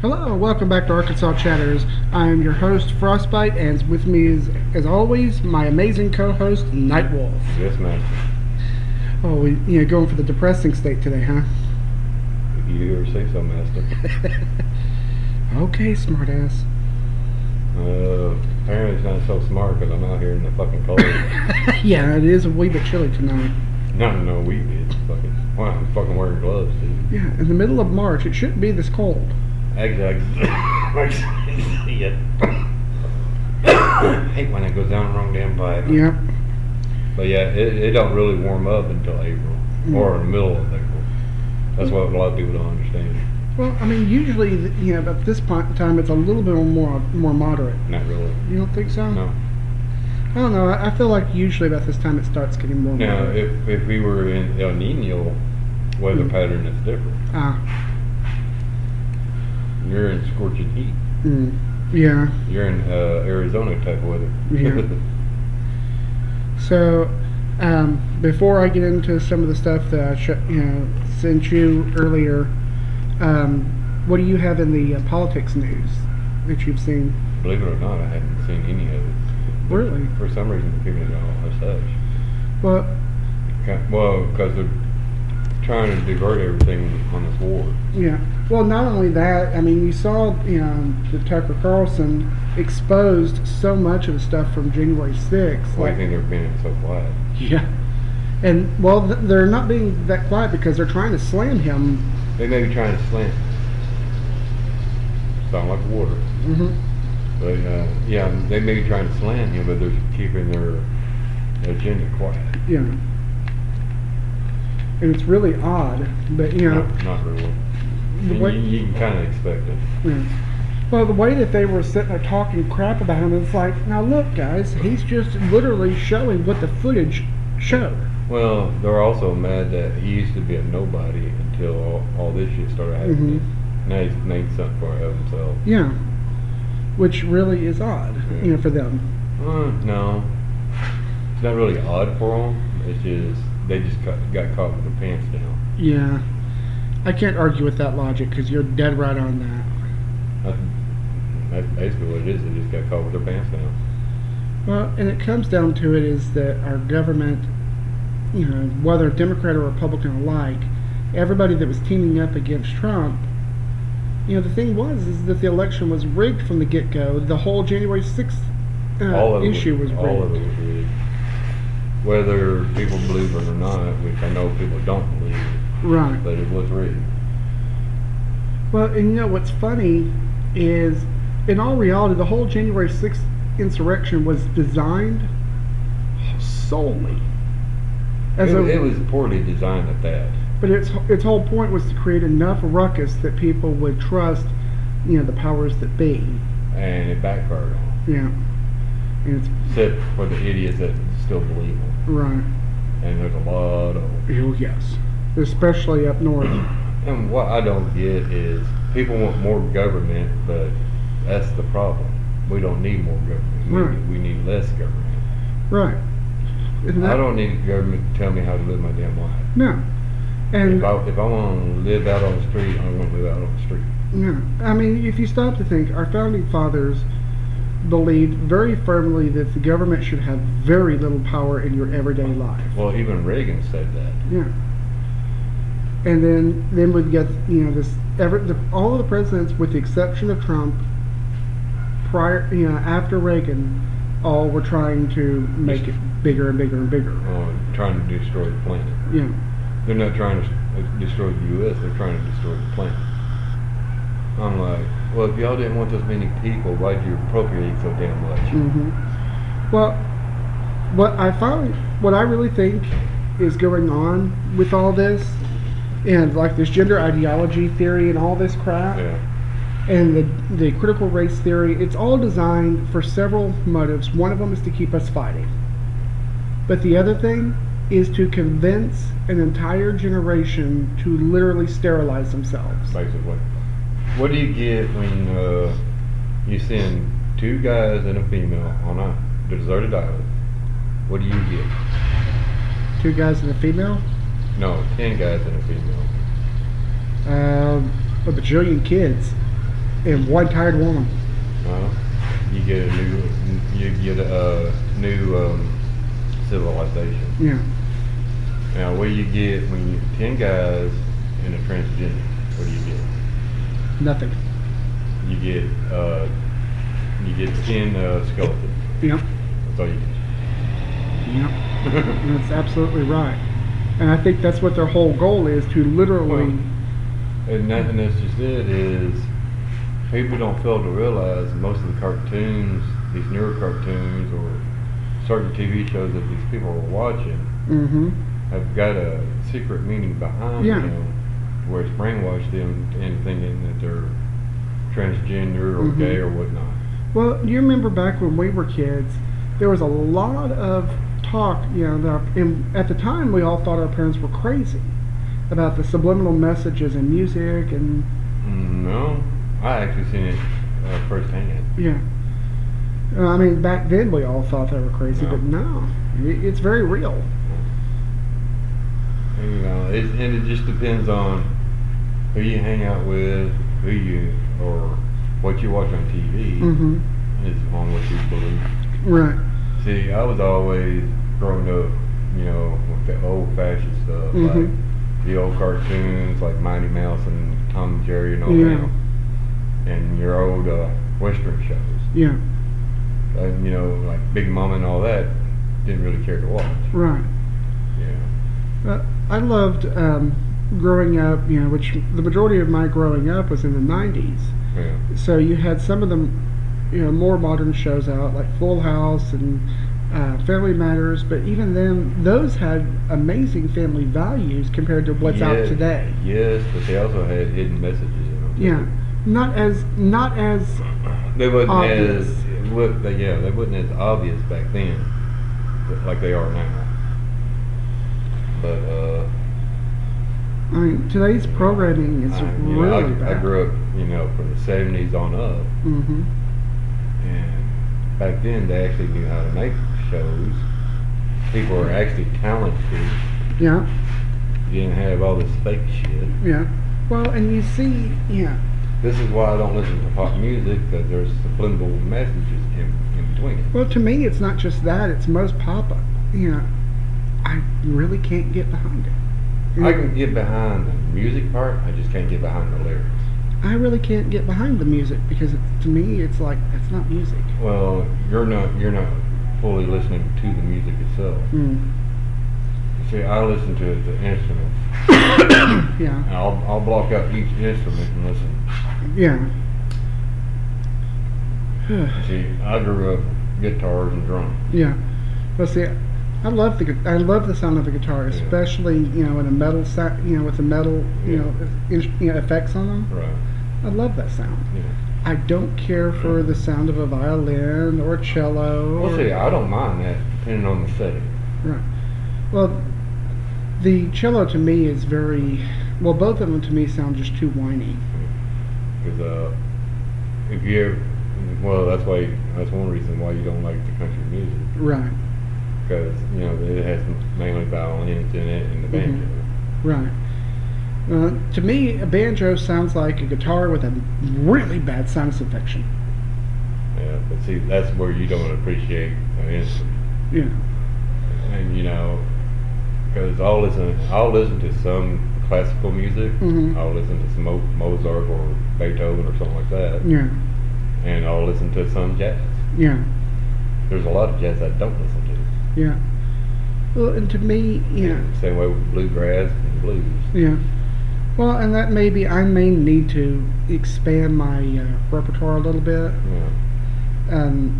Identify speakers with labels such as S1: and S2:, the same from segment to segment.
S1: Hello, welcome back to Arkansas Chatters. I am your host, Frostbite, and with me is, as always, my amazing co-host, Nightwolf.
S2: Yes, ma'am.
S1: Oh, we, you know, going for the depressing state today, huh?
S2: You ever say so, Master?
S1: okay, smartass.
S2: Uh, apparently it's not so smart because I'm out here in the fucking cold.
S1: yeah, it is a wee bit chilly tonight.
S2: no, no, we did. Fucking, why I'm fucking wearing gloves, dude.
S1: Yeah, in the middle of March, it shouldn't be this cold.
S2: Exactly. Yet. I hate when it goes down the wrong damn pipe.
S1: Yep.
S2: But yeah, it, it don't really warm up until April or the middle of April. That's what a lot of people don't understand.
S1: Well, I mean, usually, you know, at this point in time, it's a little bit more more moderate.
S2: Not really.
S1: You don't think so?
S2: No.
S1: I don't know. I I feel like usually about this time it starts getting more
S2: Now,
S1: moderate.
S2: if, if we were in El Nino weather
S1: Mm.
S2: pattern, it's different.
S1: Ah.
S2: You're in scorching heat.
S1: Mm. Yeah.
S2: You're in uh, Arizona type weather.
S1: Yeah. So, um, before I get into some of the stuff that I sh- you know sent you earlier, um, what do you have in the uh, politics news that you've seen?
S2: Believe it or not, I hadn't seen any of it.
S1: Really?
S2: For some reason, the people don't all hush hush.
S1: Well,
S2: Ca- Well, because they're trying to divert everything on this war.
S1: yeah. Well, not only that, I mean, you saw you know that Tucker Carlson exposed so much of the stuff from January 6th.
S2: Why do you think they're being so quiet?
S1: yeah. And well, th- they're not being that quiet because they're trying to slam him
S2: They may be trying to slant. Sound like water.
S1: Mhm.
S2: But uh, yeah, they may be trying to slant him, but they're keeping their agenda quiet.
S1: you know. And it's really odd, but you know,
S2: Not, not really.
S1: the
S2: You-
S1: way,
S2: you, you can kind of expect it.
S1: you know, well, the way that they were sitting there talking crap about him, it's like, now look, guys, he's just literally showing what the footage showed.
S2: Well, they're also mad that he used to be a nobody until all, all this shit started happening. Now he's made something for himself.
S1: Mm-hmm. Yeah, which really is odd, you know, for them.
S2: Uh, no, it's not really odd for him. It's just they just got, got caught with their pants down.
S1: Yeah, I can't argue with that logic because you're dead right on that.
S2: That's, that's basically what it is. They just got caught with their pants down.
S1: Well, and it comes down to it is that our government, you know, whether Democrat or Republican alike, everybody that was teaming up against Trump, you know, the thing was is that the election was rigged from the get go. The whole January sixth uh,
S2: all of it
S1: issue was,
S2: all of
S1: rigged.
S2: it was rigged. Whether people believe it or not, which I know people don't believe, it,
S1: Right.
S2: but it was rigged.
S1: Well, and you know what's funny is, in all reality, the whole January 6th insurrection was designed solely as
S2: It,
S1: a,
S2: it was poorly designed at that.
S1: but its its whole point was to create enough ruckus that people would trust, you know, the powers that be.
S2: and it backfired on them.
S1: Yeah, and it's
S2: Except for the idiots that still believe them.
S1: right.
S2: And there's a lot of them.
S1: Oh yes, especially up north.
S2: And what I don't get is people want more government, but that's the problem. We don't need more government. We,
S1: Right.
S2: we need less government.
S1: right. Isn't that,
S2: I don't need government to tell me how to live my damn life.
S1: No, and
S2: if I, if I want to live out on the street, I'm going to live out on the street.
S1: Yeah, I mean, if you stop to think, our founding fathers believed very firmly that the government should have very little power in your everyday life.
S2: Well, even Reagan said that.
S1: Yeah. And then, then we'd get you know this ever the, all of the presidents, with the exception of Trump, prior you know after Reagan, all were trying to make it bigger and bigger and bigger.
S2: On trying to destroy the planet.
S1: Yeah,
S2: They're not trying to s- destroy the U.S. They're trying to destroy the planet. I'm like, well, if y'all didn't want this many people, why'd you appropriate so damn much?
S1: hmm Well, what I find, what I really think is going on with all this, and like this gender ideology theory and all this crap,
S2: Yeah,
S1: and the the critical race theory, it's all designed for several motives. One of them is to keep us fighting, but the other thing is to convince an entire generation to literally sterilize themselves.
S2: basically. What do you get when uh, you send two guys and a female on a deserted island? What do you get?
S1: Two guys and a female,
S2: No, ten guys and a female.
S1: Um a bajillion kids. and one tired woman.
S2: Well, you get a new, you get a uh, new um, civilization.
S1: Yeah.
S2: Now, what do you get when you ten guys and a transgender? What do you get?
S1: Nothing.
S2: You get uh, you get ten uh, skeletons.
S1: Yep.
S2: That's all you
S1: Yep.
S2: get.
S1: That's absolutely right. And I think that's what their whole goal is to literally.
S2: Well- and nothing that's just it is people don't fail to realize most of the cartoons, these newer cartoons or certain TV shows that these people are watching
S1: hmm
S2: have got a secret meaning behind
S1: Yeah.
S2: them where it's brainwashed them into thinking that they're transgender or
S1: Mhm.
S2: gay or whatnot.
S1: Well, you remember back when we were kids, there was a lot of talk, you know, that our, and at the time we all thought our parents were crazy about the subliminal messages in music and,
S2: No, I actually seen it uh, firsthand.
S1: yeah. Uh, I mean, back then we all thought they were crazy,
S2: Yeah.
S1: but no, it, it's very real.
S2: You know, it, and it just depends on who you hang out with, who you or what you watch on TV.
S1: hmm
S2: is on what you believe.
S1: Right.
S2: See, I was always growing up, you know, with the old fashioned stuff,
S1: Mhm.
S2: like the old cartoons, like Mighty Mouse and Tom and Jerry and all
S1: Yeah.
S2: that, and your old uh, Western shows,
S1: Yeah.
S2: and, uh, you know, like Big Mama and all that. Didn't really care to watch.
S1: Right.
S2: Yeah.
S1: Uh, I loved um, growing up, you know, which the majority of my growing up was in the 90s.
S2: Yeah.
S1: So you had some of the, you know, more modern shows out, like Full House and uh, Family Matters, but even then, those had amazing family values compared to what's out
S2: Yes-
S1: today.
S2: Yes, but they also had hidden messages in them. too.
S1: Yeah. Not as, not as,
S2: They wasn't
S1: Obvious.
S2: as it wa- they- yeah, they wasn't as obvious back then, but- like they are now. But uh,
S1: I mean, today's programming is
S2: I, you know, I-
S1: really
S2: I,
S1: bad.
S2: grew up, you know, from the '70s on up,
S1: hmm
S2: and back then they actually knew how to make shows. People were actually talented.
S1: Yeah.
S2: You didn't have all this fake shit.
S1: Yeah. Well, and you see, yeah.
S2: This is why I don't listen to pop music because there's subliminal messages in, in between it.
S1: Well, to me, it's not just that; it's most pop-up. You know, I really can't get behind it.
S2: I can get behind the music part. I just can't get behind the lyrics.
S1: I really can't get behind the music because it, to me, it's like that's not music.
S2: Well, you're not you're not fully listening to the music itself.
S1: Mm.
S2: See, I listen to the instruments.
S1: Yeah,
S2: And I'll I'll block out each instrument and listen.
S1: yeah.
S2: See, I grew up guitars and drums.
S1: Yeah. Well, see, I love the gu- I love the sound of a guitar,
S2: Yeah.
S1: especially you know in a metal sound, you know with the metal you
S2: Yeah.
S1: know, in, you know effects on them.
S2: Right.
S1: I love that sound.
S2: Yeah.
S1: I don't care for the sound of a violin or a cello.
S2: Well,
S1: or,
S2: see, I don't mind that depending on the setting.
S1: Well, the cello to me is very well. Both of them to me sound just too whiny.
S2: Because uh, if you ever, well, that's why that's one reason why you don't like the country music
S1: Right.
S2: because you know it has mainly violins in it and the
S1: Mhm.
S2: banjo.
S1: Right. Uh, to me, a banjo sounds like a guitar with a really bad sinus infection.
S2: Yeah, but see, that's where you don't appreciate an instrument.
S1: Yeah.
S2: and you know, because I'll listen, I'll listen to some classical music.
S1: Mhm.
S2: I'll listen to some Mo- Mozart or Beethoven or something like that,
S1: Yeah.
S2: and I'll listen to some jazz.
S1: Yeah.
S2: There's a lot of jazz I don't listen to.
S1: Yeah. Well, and to me, yeah,
S2: Same way with bluegrass and blues.
S1: yeah. Well, and that maybe I may need to expand my uh, repertoire a little bit,
S2: Yeah.
S1: um,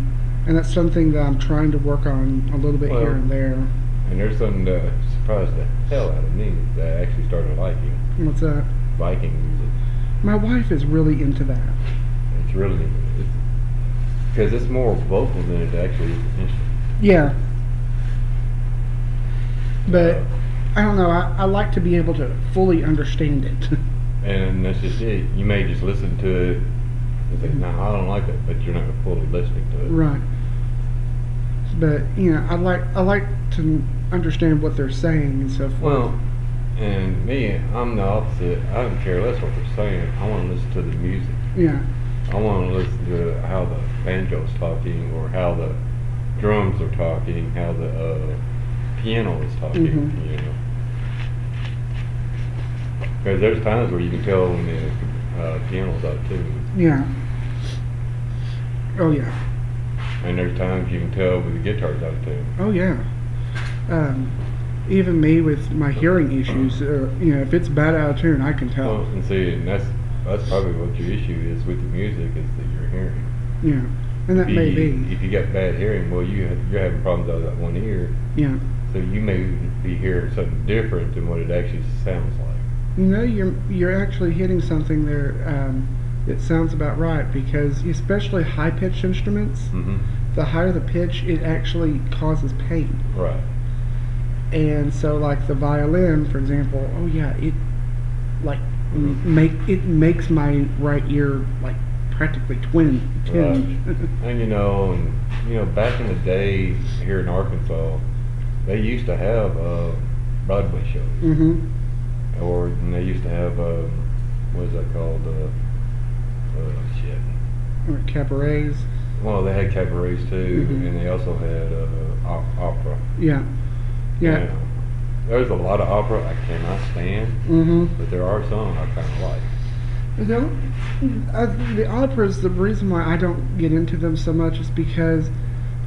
S1: and that's something that I'm trying to work on a little bit
S2: Well-
S1: here and there.
S2: And there's something that surprised the hell out of me that I actually started liking
S1: What's that?
S2: Viking music.
S1: My wife is really into that.
S2: It's really because it's, more vocal than it actually is an instrument.
S1: Yeah. But
S2: Uh,
S1: I don't know. I, I like to be able to fully understand it.
S2: And that's just it. You may just listen to it and say, no, I don't like it, but you're not fully listening to it.
S1: right. But you know, I like I like to understand what they're saying and so forth.
S2: Well, and me, I'm the opposite. I don't care less what they're saying. I want to listen to the music.
S1: yeah.
S2: I want to listen to how the banjo's talking, or how the drums are talking, how the uh, piano is talking.
S1: Mhm.
S2: You know, because there's times where you can tell when the uh, piano's out too,
S1: Yeah. Oh yeah.
S2: and there's times you can tell when the guitar's out too.
S1: Oh yeah. Um, even me with my hearing issues, uh, you know, if it's bad out of tune, I can
S2: Well,
S1: tell.
S2: and see, and that's that's probably what your issue is with the music is that you're hearing.
S1: Yeah, and that may be.
S2: If you got bad hearing, well, you you're having problems out of that one ear,
S1: Yeah.
S2: so you may be hearing something different than what it actually sounds like.
S1: You know, you're you're actually hitting something there um, that sounds about right because especially high pitched instruments,
S2: Mm-hmm.
S1: the higher the pitch, it actually causes pain.
S2: Right.
S1: And so, like the violin, for example, oh yeah, it like
S2: Mhm.
S1: m make it makes my right ear like practically twin twin.
S2: And you know, and, you know, back in the day here in Arkansas, they used to have uh, Broadway shows,
S1: hmm
S2: or and they used to have um, what is that called? Uh, oh shit.
S1: Or cabarets.
S2: Well, they had cabarets too,
S1: Mhm.
S2: and they also had uh, op- opera.
S1: Yeah. Yeah.
S2: There's a lot of opera I cannot stand,
S1: hmm
S2: but there are some I kind of like.
S1: You know, I, the operas, the reason why I don't get into them so much is because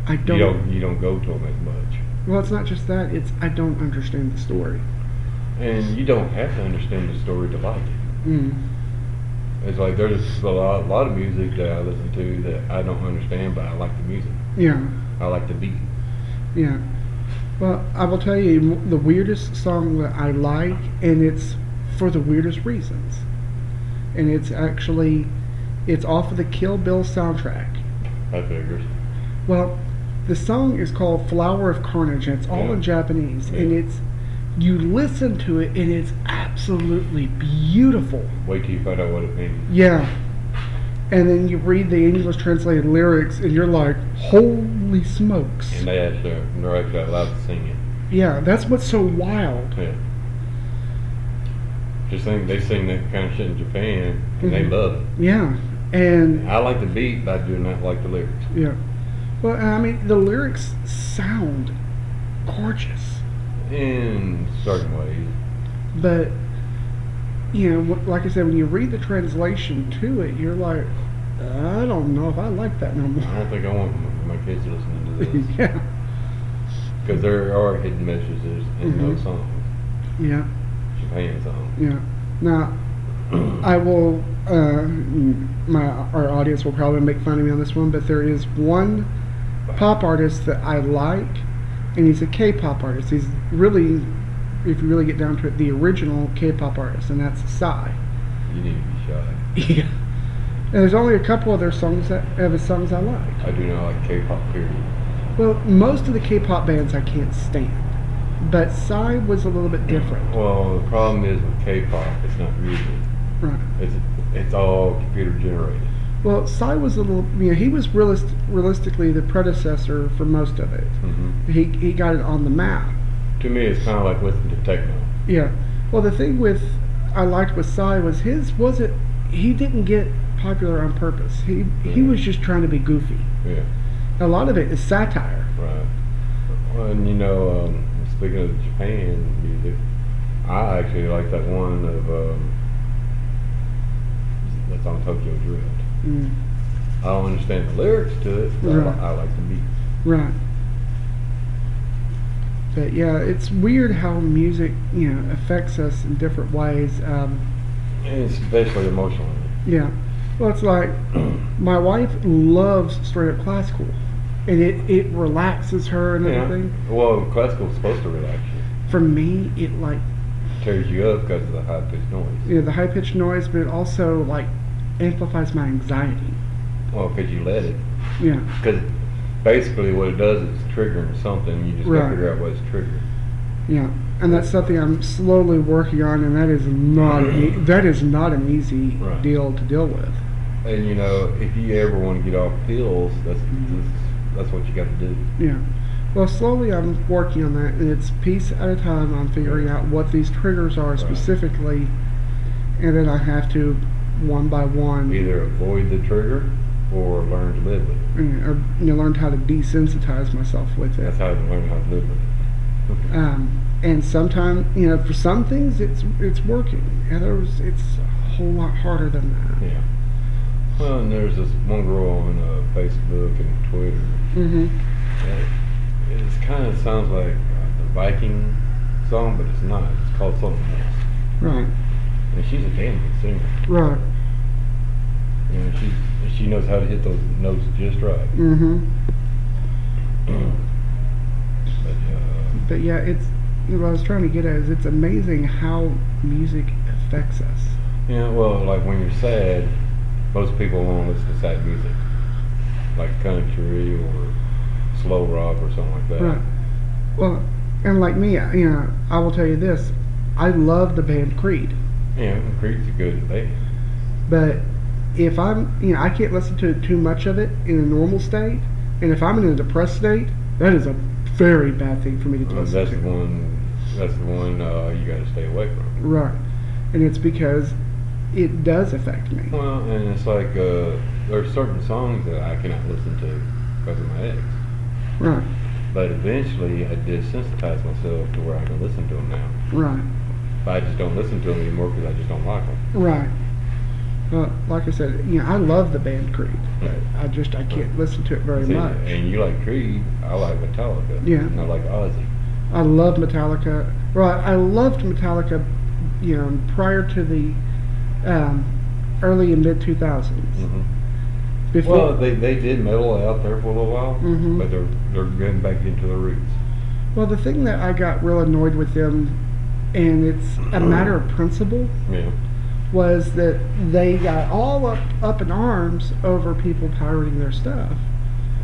S1: I don't,
S2: You don't you don't go to them as much,
S1: Well, it's not just that, it's I don't understand the story.
S2: and you don't have to understand the story to like it.
S1: Mm.
S2: It's like there's a lot, lot of music that I listen to that I don't understand, but I like the music.
S1: Yeah.
S2: I like the beat.
S1: Yeah. Well, I will tell you m- the weirdest song that I like, and it's for the weirdest reasons. And it's actually, it's off of the Kill Bill soundtrack.
S2: I figures.
S1: Well, the song is called Flower of Carnage, and it's all
S2: Yeah.
S1: in Japanese. And
S2: Yeah.
S1: it's, you listen to it, and it's absolutely beautiful.
S2: Wait till you find out what it means.
S1: Yeah. And then you read the English translated lyrics, and you're like, holy smokes.
S2: And they actually they're actually allowed to sing it.
S1: Yeah, that's what's so wild.
S2: Yeah. Just think they sing that kind of shit in Japan, and they
S1: Mhm.
S2: love
S1: Yeah.
S2: it.
S1: And
S2: I like the beat, but I do not like the lyrics.
S1: yeah. Well, I mean, the lyrics sound gorgeous,
S2: in certain ways.
S1: but you know, wh- like I said, when you read the translation to it, you're like, I don't know if I like that no
S2: I
S1: more.
S2: don't think I want my my kids listening to this
S1: yeah.
S2: because there are hidden messages in
S1: Mhm.
S2: those songs,
S1: Yeah.
S2: Japan songs.
S1: Yeah. Now, I will. Uh, my our audience will probably make fun of me on this one, but there is one pop artist that I like, and he's a K-pop artist. He's really, if you really get down to it, the original K-pop artist, and that's Psy.
S2: You need to be shy.
S1: Yeah. And there's only a couple of their songs that of his songs I like.
S2: I do not like K-pop. Period.
S1: Well, most of the K-pop bands I can't stand, but Psy was a little bit different.
S2: Well, the problem is with K-pop, it's not music.
S1: Right.
S2: It's it's all computer generated.
S1: Well, Psy was a little, you know, he was realist, realistically the predecessor for most of it.
S2: hmm
S1: He, he got it on the map.
S2: To me, it's kind of like listening to techno.
S1: Yeah. Well, the thing with I liked with Psy was his wasn't he didn't get popular on purpose. He he was just trying to be goofy.
S2: Yeah,
S1: A lot of it is satire.
S2: right. Well, and you know, um, speaking of Japan music, I actually like that one of um, that's on Tokyo Drift.
S1: Mm,
S2: I don't understand the lyrics to it, but
S1: Right.
S2: I, li- I like the beat.
S1: right. But yeah, it's weird how music you know affects us in different ways. Um,
S2: And it's especially emotional.
S1: yeah. Well, it's like my wife loves straight up classical, and it it relaxes her and everything.
S2: Well, classical's supposed to relax you.
S1: For me, it like
S2: Tears you up because of the high pitched noise.
S1: you know, the high pitched noise, but it also like amplifies my anxiety.
S2: Well, because you let it.
S1: Yeah,
S2: Because basically what it does is it's triggering something. You just
S1: Right.
S2: gotta figure out what it's triggering.
S1: yeah, and that's something I'm slowly working on, and that is not an e- that is not an easy
S2: Right.
S1: deal to deal with.
S2: And you know, if you ever want to get off pills, that's that's, that's what you got to do.
S1: Yeah, well, slowly I'm working on that, and it's piece at a time. I'm figuring out what these triggers are
S2: Right.
S1: specifically, and then I have to one by one,
S2: Either avoid the trigger or learn to live with it.
S1: and, or you know, learned how to desensitize myself with it.
S2: That's how you learn how to live with it.
S1: Um, and sometimes, you know, for some things it's it's working. Others, it's a whole lot harder than that.
S2: yeah. Well, and there's this one girl on uh, Facebook and Twitter
S1: Mm-hmm.
S2: that it kind of sounds like uh, the Viking song, but it's not. It's called something else.
S1: Right.
S2: And she's a damn good singer.
S1: Right.
S2: You know, she she knows how to hit those notes just right.
S1: Mm-hmm.
S2: but uh,
S1: But yeah, it's you know, what I was trying to get at is it's amazing how music affects us.
S2: Yeah, well, like when you're sad, most people won't listen to sad music, like country or slow rock or something like that.
S1: Right. Well, and like me, I- you know, I will tell you this: I love the band Creed,
S2: Yeah, and Creed's a good band.
S1: but if I'm, you know, I can't listen to too much of it in a normal state, and if I'm in a depressed state, that is a very bad thing for me to
S2: Uh,
S1: listen
S2: that's
S1: to.
S2: the one. That's the one uh, you got to stay away from.
S1: Right. And it's because it does affect me.
S2: Well, and it's like uh, there's certain songs that I cannot listen to because of my ex,
S1: Right.
S2: but eventually I desensitized myself to where I can listen to them now.
S1: Right.
S2: But I just don't listen to them anymore because I just don't like them.
S1: Right. Well, like I said, you know, I love the band Creed, but I just I can't listen to it very
S2: See,
S1: much.
S2: and you like Creed, I like Metallica.
S1: Yeah.
S2: And I like Ozzy.
S1: I love Metallica. Right, I loved Metallica, you know, prior to the um, early and mid two thousands.
S2: hmm
S1: Before,
S2: Well, they, they did metal out there for a little while,
S1: Mhm.
S2: but they're they're getting back into their roots.
S1: well, the thing that I got real annoyed with them, and it's a matter of principle,
S2: Yeah.
S1: was that they got all up up in arms over people pirating their stuff.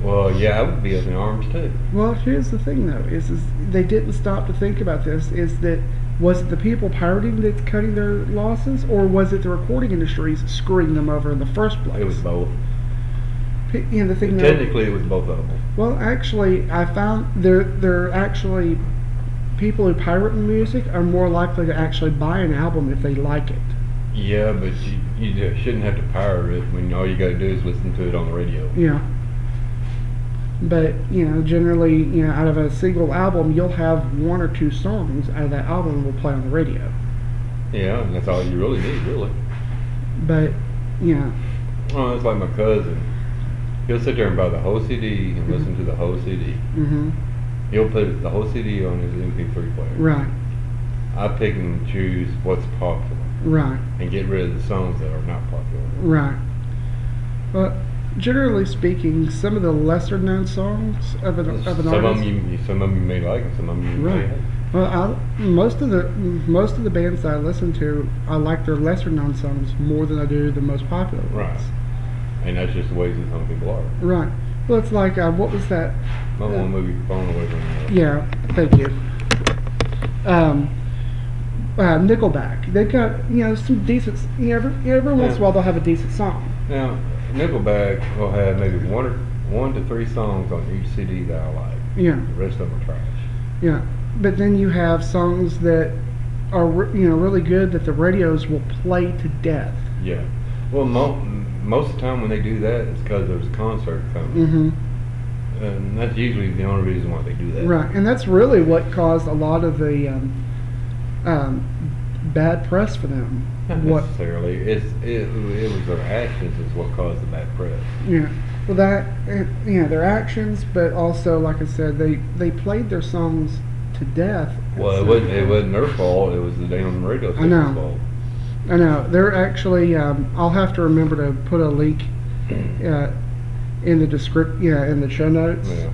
S2: Well, yeah, I would be up in arms too.
S1: Well, here's the thing though, is, is they didn't stop to think about this, is that was it the people pirating that's cutting their losses, or was it the recording industries screwing them over in the first place?
S2: It was both.
S1: P- you know, the thing that,
S2: Technically, it was both of them.
S1: well, actually, I found there there are actually people who pirate music are more likely to actually buy an album if they like it.
S2: Yeah, but you, you just shouldn't have to pirate it when all you got to do is listen to it on the radio.
S1: Yeah. But you know, generally, you know, out of a single album, you'll have one or two songs out of that album will play on the radio.
S2: Yeah, and that's all you really need, really.
S1: But you know,
S2: Well, it's like my cousin. He'll sit there and buy the whole CD
S1: Mm-hmm.
S2: and listen to the whole CD.
S1: hmm
S2: He'll put the whole CD on his MP3 player.
S1: Right,
S2: I pick and choose what's popular
S1: right,
S2: and get rid of the songs that are not popular.
S1: right. But generally speaking, some of the lesser known songs of an of an
S2: some of
S1: artist.
S2: 'em you, some of 'em you may like, and some of 'em you
S1: Right.
S2: may hate.
S1: well, I, most of the most of the bands that I listen to, I like their lesser known songs more than I do the most popular ones.
S2: Right. And that's just the ways that some people are.
S1: Right. Well, it's like uh, what was that?
S2: My
S1: Yeah.
S2: one movie, Phone Away from the
S1: Yeah. Thank you. Um. Uh, Nickelback. They've got you know some decent. You know, every, every once in
S2: Yeah.
S1: a while they'll have a decent song.
S2: Now, Nickelback will have maybe one or one to three songs on each CD that I like.
S1: Yeah.
S2: The rest of them are trash.
S1: Yeah, but then you have songs that are re- you know really good that the radios will play to death.
S2: Yeah. Well, mo- most of the time when they do that, it's because there's a concert coming,
S1: Mm-hmm.
S2: and that's usually the only reason why they do that.
S1: Right, and that's really what caused a lot of the um, um, bad press for them.
S2: Not
S1: What?
S2: necessarily. It's it, it was their actions is what caused the bad press.
S1: Yeah. Well, that eh, you know their actions, but also like I said, they they played their songs to death.
S2: Well, it wasn't it wasn't their fault. It was the damn radio
S1: I know.
S2: station's fault.
S1: I know they're actually. Um, I'll have to remember to put a link uh, in the descript. Yeah, in the show notes.
S2: Yeah.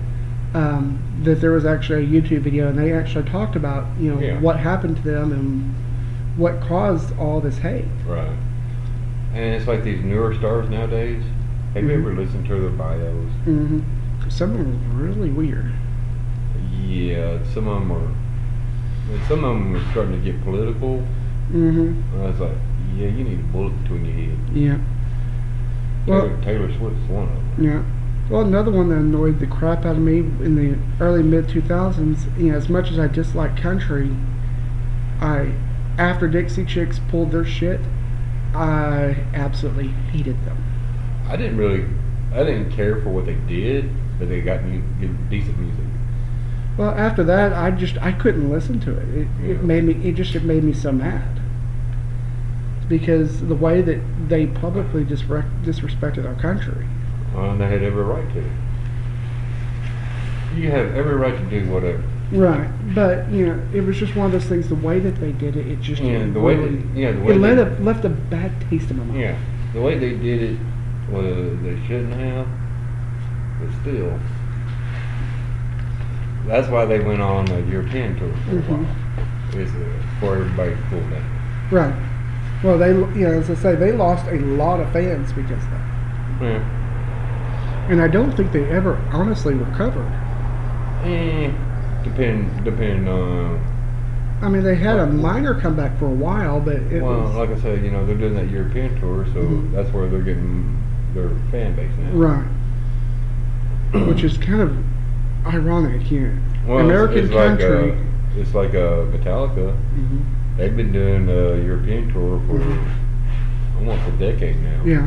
S1: um, that there was actually a YouTube video, and they actually talked about you know
S2: Yeah.
S1: what happened to them and what caused all this hate.
S2: Right. And it's like these newer stars nowadays. Have you
S1: Mhm.
S2: ever listened to their bios?
S1: Mm-hmm. Some of them were really weird.
S2: Yeah, some of them are. Some of them are starting to get political.
S1: Mm-hmm.
S2: And I was like, yeah, you need a bullet between your head.
S1: Yeah. Well,
S2: Taylor, Taylor Swift's one of them.
S1: yeah. Well, another one that annoyed the crap out of me in the early mid 2000s. You know, as much as I dislike country, I after Dixie Chicks pulled their shit, I absolutely hated them.
S2: I didn't really, I didn't care for what they did, but they got mu- good, decent music.
S1: Well, after that, I just I couldn't listen to it. It,
S2: Yeah.
S1: it made me it just it made me so mad because the way that they publicly disre- disrespected our country.
S2: Uh, they had every right to. You have every right to do whatever.
S1: Right, but you know, it was just one of those things. The way that they did it, it just
S2: Yeah,
S1: it
S2: the way
S1: really-
S2: they- yeah, the
S1: it
S2: way they-
S1: left a, left a bad taste in my mouth.
S2: Yeah, the way they did it was they shouldn't have, but still. That's why they went on a European tour for a
S1: Mhm.
S2: while. Is uh, for everybody to cool down.
S1: Right. Well, they you know, as I say, they lost a lot of fans because of that,
S2: Yeah.
S1: and I don't think they ever honestly recovered.
S2: Eh, depend depend on.
S1: I mean, they had a minor comeback for a while, but it
S2: well,
S1: was
S2: like I said, you know they're doing that European tour, so
S1: Mhm.
S2: that's where they're getting their fan base now.
S1: right, which is kind of ironic here.
S2: Well, it's-
S1: American
S2: it's like, uh,
S1: country.
S2: it's like uh, Metallica.
S1: Mhm.
S2: They've been doing the European tour for
S1: Mhm.
S2: almost a decade now.
S1: Yeah,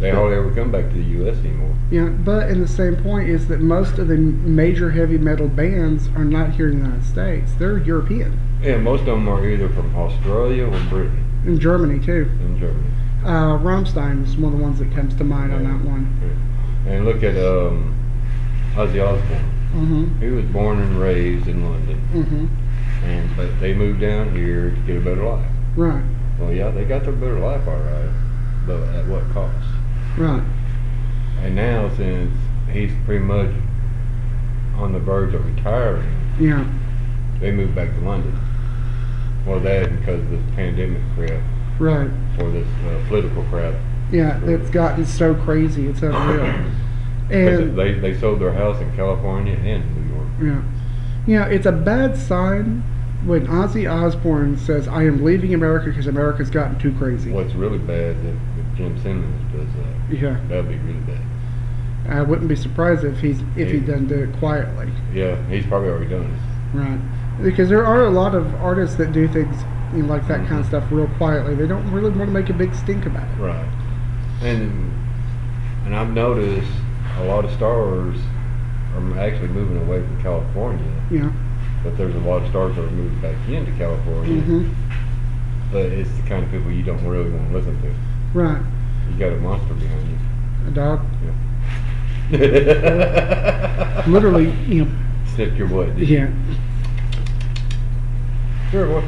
S2: They hardly ever come back to the U.S. anymore.
S1: yeah, but in the same point is that most of the major heavy metal bands are not here in the United States; they're European
S2: Yeah, most of them are either from Australia or Britain
S1: and Germany too.
S2: and Germany.
S1: Uh, Rammstein is one of the ones that comes to mind on that one.
S2: And look at um, Ozzy Osbourne.
S1: Mm-hmm.
S2: He was born and raised in London,
S1: Mm-hmm.
S2: and but they moved down here to get a better life.
S1: Right.
S2: Well, yeah, they got their better life all right, but at what cost?
S1: Right.
S2: And now, since he's pretty much on the verge of retiring,
S1: Yeah.
S2: they moved back to London. Well, that and because of this pandemic crap
S1: Right.
S2: or this uh, political crap.
S1: Yeah. It's gotten so crazy. It's unreal.
S2: But
S1: And
S2: they they sold their house in California and New York.
S1: yeah, you know, it's a bad sign when Ozzy Osbourne says, "I am leaving America because America's gotten too crazy."
S2: What's really bad that if Jim Simmons does that.
S1: Yeah.
S2: That'd be really bad.
S1: I wouldn't be surprised if he's if he
S2: Yeah.
S1: doesn't do it quietly.
S2: Yeah, he's probably already done it.
S1: Right. Because there are a lot of artists that do things you know, like that kind of
S2: Mhm.
S1: stuff real quietly. They don't really want to make a big stink about it.
S2: Right. And and I've noticed a lot of stars are actually moving away from California,
S1: Yeah.
S2: but there's a lot of stars that are moving back into California.
S1: hmm
S2: But it's the kind of people you don't really want to listen to.
S1: Right.
S2: You got a monster behind you.
S1: A dog
S2: Literally.
S1: literally, you know,
S2: Sniff your what? did you?
S1: yeah.
S2: Sure, what?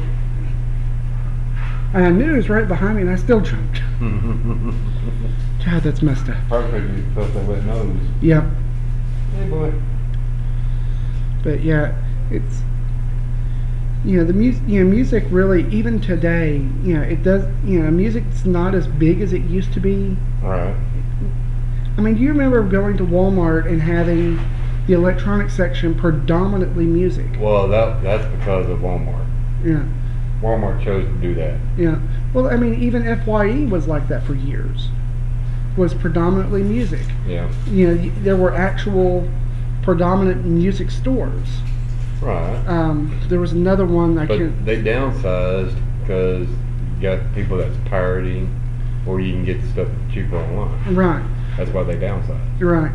S1: And I knew it was right behind me, and I still jumped. God, that's messed up.
S2: Perfect. You felt that wet nose.
S1: Yep.
S2: Hey, boy.
S1: But yeah, it's you know the music. You know, music really even today. You know, it does. You know, music's not as big as it used to be.
S2: All right.
S1: I mean, do you remember going to Walmart and having the electronic section predominantly music?
S2: Well, that that's because of Walmart.
S1: Yeah,
S2: Walmart chose to do that.
S1: yeah. Well, I mean, even Fye was like that for years. Was predominantly music.
S2: Yeah.
S1: You know, y- there were actual predominant music stores.
S2: Right.
S1: Um, there was another one I
S2: but
S1: can't.
S2: they downsized because you got people that's pirating, or you can get stuff cheaper online.
S1: Right.
S2: That's why they downsized.
S1: Right.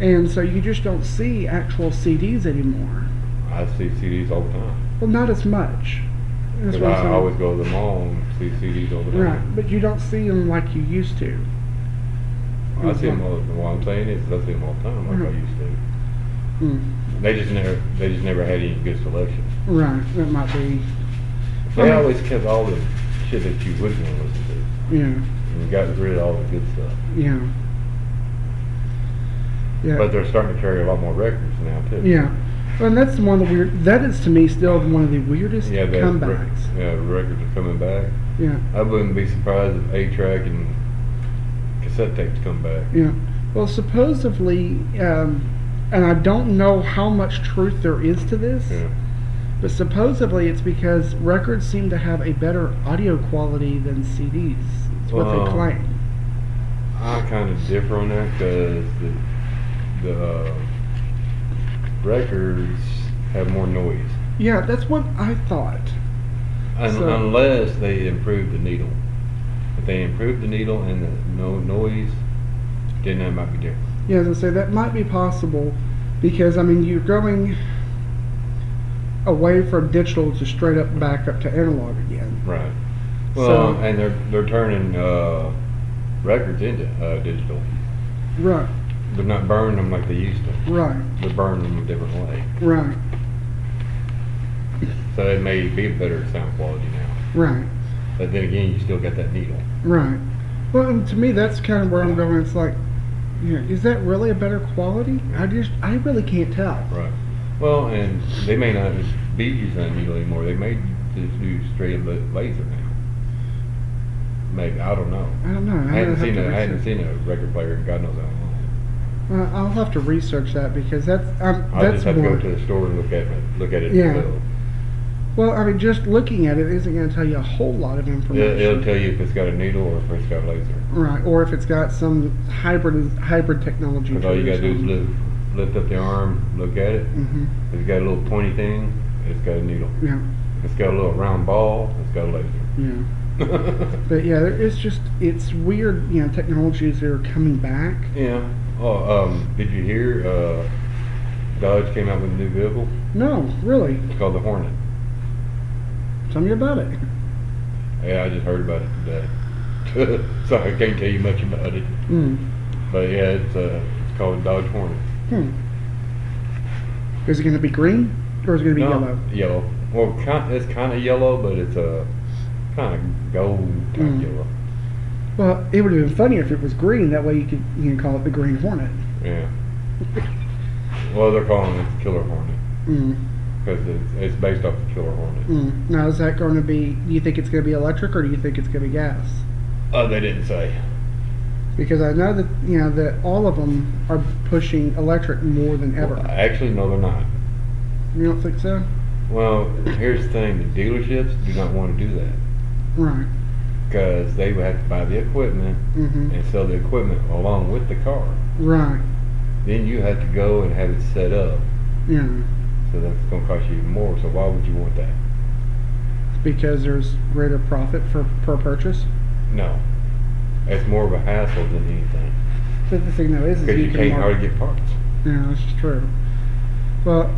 S1: And so you just don't see actual CDs anymore.
S2: I see CDs all the time.
S1: Well, not as much. That's
S2: 'Cause
S1: what I'm
S2: I
S1: saying.
S2: always go to the mall and see CDs all the time.
S1: Right, but you don't see them like you used to.
S2: I see them all. What I'm saying is, I see them all the time, like I
S1: Mhm.
S2: used to.
S1: Mm,
S2: They just never, they just never had any good selection.
S1: right, that might be.
S2: They
S1: Right.
S2: always kept all the shit that you wouldn't want to listen
S1: Yeah,
S2: to, and got rid of all the good stuff.
S1: yeah. Yeah.
S2: But they're starting to carry a lot more records now too.
S1: yeah. Well, and that's one of the weird. That is to me still one of the weirdest
S2: Yeah, that re-
S1: comebacks.
S2: yeah, records are coming back.
S1: Yeah,
S2: I wouldn't be surprised if eight track and cassette tapes come back.
S1: yeah. Well, supposedly, um, and I don't know how much truth there is to this.
S2: Yeah.
S1: But supposedly it's because records seem to have a better audio quality than CDs. It's what
S2: Well,
S1: they claim.
S2: I kind of differ on that because the, the uh, records have more noise,
S1: Yeah, that's what I thought.
S2: Un-
S1: So-
S2: unless they improve the needle. If they improve the needle and the no noise, then that might be different.
S1: Yeah, as I say, that might be possible because I mean you're going away from digital to straight up back up to analog again.
S2: Right. Well,
S1: So-
S2: and they're they're turning uh, records into uh, digital.
S1: Right,
S2: They're not burning them like they used to.
S1: right,
S2: They're burning them a different way.
S1: right,
S2: So it may be better sound quality now.
S1: right,
S2: But then again, you still got that needle.
S1: right. Well, and to me that's kind of where I'm going. It's like, you know, is that really a better quality? I just I really can't tell.
S2: Right. Well, and they may not just be using that needle anymore. They may just do straight up laser now. Maybe I don't know.
S1: I don't know.
S2: I hadn't seen
S1: it.
S2: a I hadn't seen a record player in God knows how long.
S1: Well, I'll have to research that because that's um,
S2: I'll
S1: that's
S2: just have to
S1: more.
S2: go to the store and look at it. Look at it.
S1: Yeah.
S2: myself.
S1: Well, I mean, just looking at it isn't going to tell you a whole lot of information.
S2: It, it'll tell you if it's got a needle or if it's got laser.
S1: Right, or if it's got some hybrid hybrid technology.
S2: Because all you gotta do is lift, lift up the arm, look at it.
S1: Mm-hmm.
S2: If it's got a little pointy thing, it's got a needle.
S1: Yeah,
S2: If it's got a little round ball, it's got a
S1: yeah.
S2: laser.
S1: But yeah, there is just it's weird. You know, technologies that are coming back.
S2: yeah. Oh, um, did you hear? Uh, Dodge came out with a new vehicle.
S1: No, really.
S2: It's called the Hornet.
S1: Tell me about it.
S2: Yeah, I just heard about it today. so I can't tell you much about it.
S1: Mm.
S2: But yeah, it's uh, it's called Dodge Hornet.
S1: Hmm. Is it going to be green or is it going to be
S2: No,
S1: yellow?
S2: Yellow. Well, kind, it's kind of yellow, but it's a kind of gold type
S1: Mm.
S2: yellow.
S1: Well, it would have been funnier if it was green. That way you could you can call it the Green Hornet.
S2: Yeah. well, they're calling it the Killer Hornet
S1: Mm.
S2: because it's, it's based off the Killer Hornet.
S1: Mm. Now, is that going to be? Do you think it's going to be electric or do you think it's going to be gas?
S2: Oh, they didn't say.
S1: Because I know that you know that all of them are pushing electric more than ever.
S2: Well, actually, no, they're not.
S1: You don't think so?
S2: Well, here's the thing: the dealerships do not want to do that
S1: Right.
S2: because they would have to buy the equipment
S1: Mm-hmm.
S2: and sell the equipment along with the car.
S1: Right.
S2: Then you have to go and have it set up,
S1: Yeah.
S2: so that's going to cost you even more. So why would you want that?
S1: Because there's greater profit for per purchase.
S2: No, it's more of a hassle than anything
S1: But the thing though is, is
S2: because you,
S1: can
S2: can't
S1: mark-
S2: hardly get parts.
S1: Yeah, that's true. Well,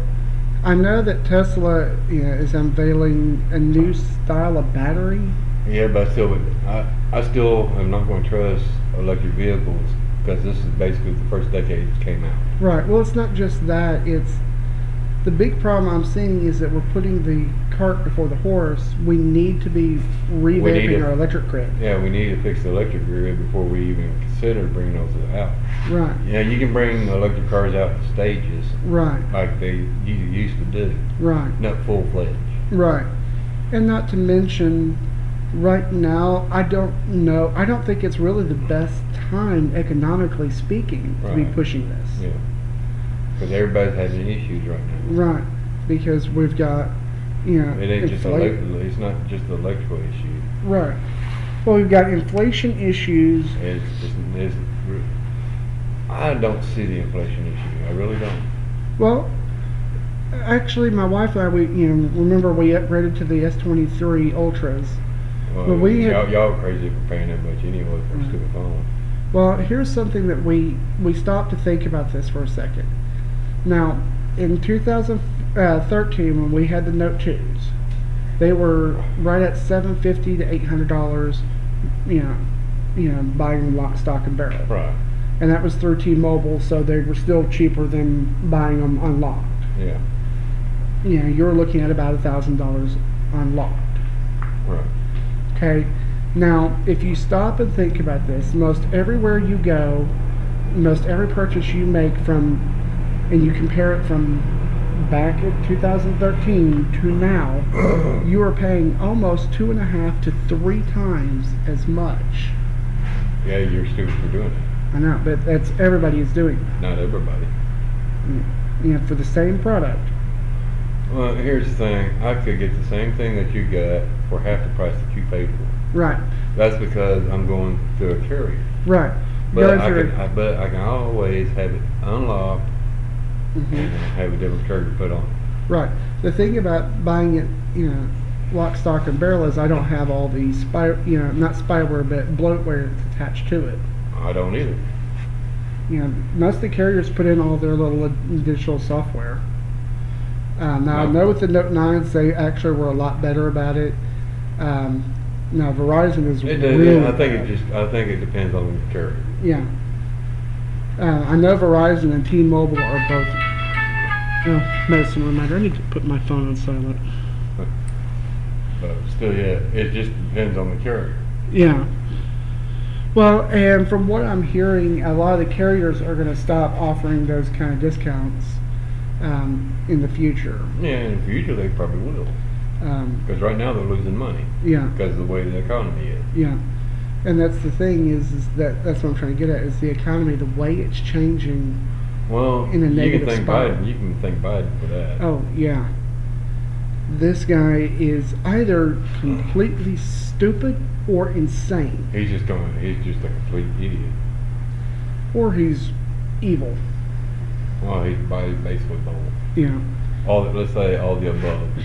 S1: I know that Tesla you know, is unveiling a new style of battery.
S2: Yeah, but I still, would- I, I still am not going to trust electric vehicles because this is basically the first decade it came out.
S1: Right. Well, it's not just that. It's the big problem I'm seeing is that we're putting the cart before the horse. We need to be
S2: need
S1: revamping
S2: it.
S1: our electric grid.
S2: Yeah, we need to fix the electric grid before we even consider bringing those out.
S1: Right.
S2: Yeah, you can bring electric cars out in stages
S1: Right.
S2: like they you used to do,
S1: Right.
S2: not full fledged.
S1: Right. And not to mention, right now, I don't know, I don't think it's really the best time, economically speaking, to be
S2: Right.
S1: pushing this.
S2: Yeah, because everybody's having issues right now.
S1: Right. Because we've got, you know,
S2: It ain't just
S1: infla-
S2: electric. It's not just the electrical issue.
S1: Right. Well, we've got inflation issues.
S2: It's just it's, re- I don't see the inflation issue. I really don't.
S1: Well, actually, my wife and I, we, you know, remember we upgraded to the S23 Ultras.
S2: Well,
S1: Well, we had-
S2: y'all, y'all crazy for paying that much anyway for a
S1: Right.
S2: stupid phone.
S1: Well, here's something that we we stopped to think about this for a second. Now, in 2013, when we had the Note twos, they were right at 750 to 800 dollars. You know, you know, buying lock, stock, and barrel,
S2: Right.
S1: and that was through T-Mobile, so they were still cheaper than buying them unlocked.
S2: Yeah.
S1: You know, you're looking at about a thousand dollars unlocked.
S2: Right.
S1: Okay. Now, if you stop and think about this, most everywhere you go, most every purchase you make from, and you compare it from back in 2013 to now, you are paying almost two and a half to three times as much.
S2: Yeah, you're stupid for doing it.
S1: I know, but that's everybody is doing. that.
S2: Not everybody.
S1: You know, for the same product.
S2: Well, here's the thing. I could get the same thing that you got for half the price that you paid for.
S1: Right.
S2: That's because I'm going through a carrier.
S1: Right.
S2: But
S1: Going
S2: I
S1: through-
S2: can, I, but I can always have it unlocked
S1: Mhm.
S2: and have a different charger put on.
S1: Right. The thing about buying it, you know, lock, stock, and barrel is I don't have all the spy, you know, not spyware, but bloatware that's attached to it.
S2: I don't either.
S1: You know, most of the carriers put in all their little additional software. Uh, now I know with the Note nines, they actually were a lot better about it. Um, now Verizon is
S2: It does,
S1: really.
S2: I think
S1: bad.
S2: it just, I think it depends on the carrier.
S1: Yeah. Uh, I know Verizon and T-Mobile are both. Oh, medicine reminder. I need to put my phone on silent.
S2: But still, yeah, it just depends on the carrier.
S1: Yeah. Well, and from what I'm hearing, a lot of the carriers are going to stop offering those kind of discounts um, in the future.
S2: Yeah, in the future they probably will,
S1: Um,
S2: because right now they're losing money
S1: yeah.
S2: because of the way the economy is.
S1: Yeah, and that's the thing is, is that that's what I'm trying to get at is the economy, the way it's changing.
S2: Well,
S1: In a
S2: you
S1: negative
S2: can thank
S1: spiral.
S2: Biden. You can thank Biden for that.
S1: Oh yeah, this guy is either completely stupid or insane,
S2: He's just going. He's just a complete idiot.
S1: or he's evil.
S2: Well, he's bi- basically both.
S1: Yeah,
S2: All the, let's say all the above,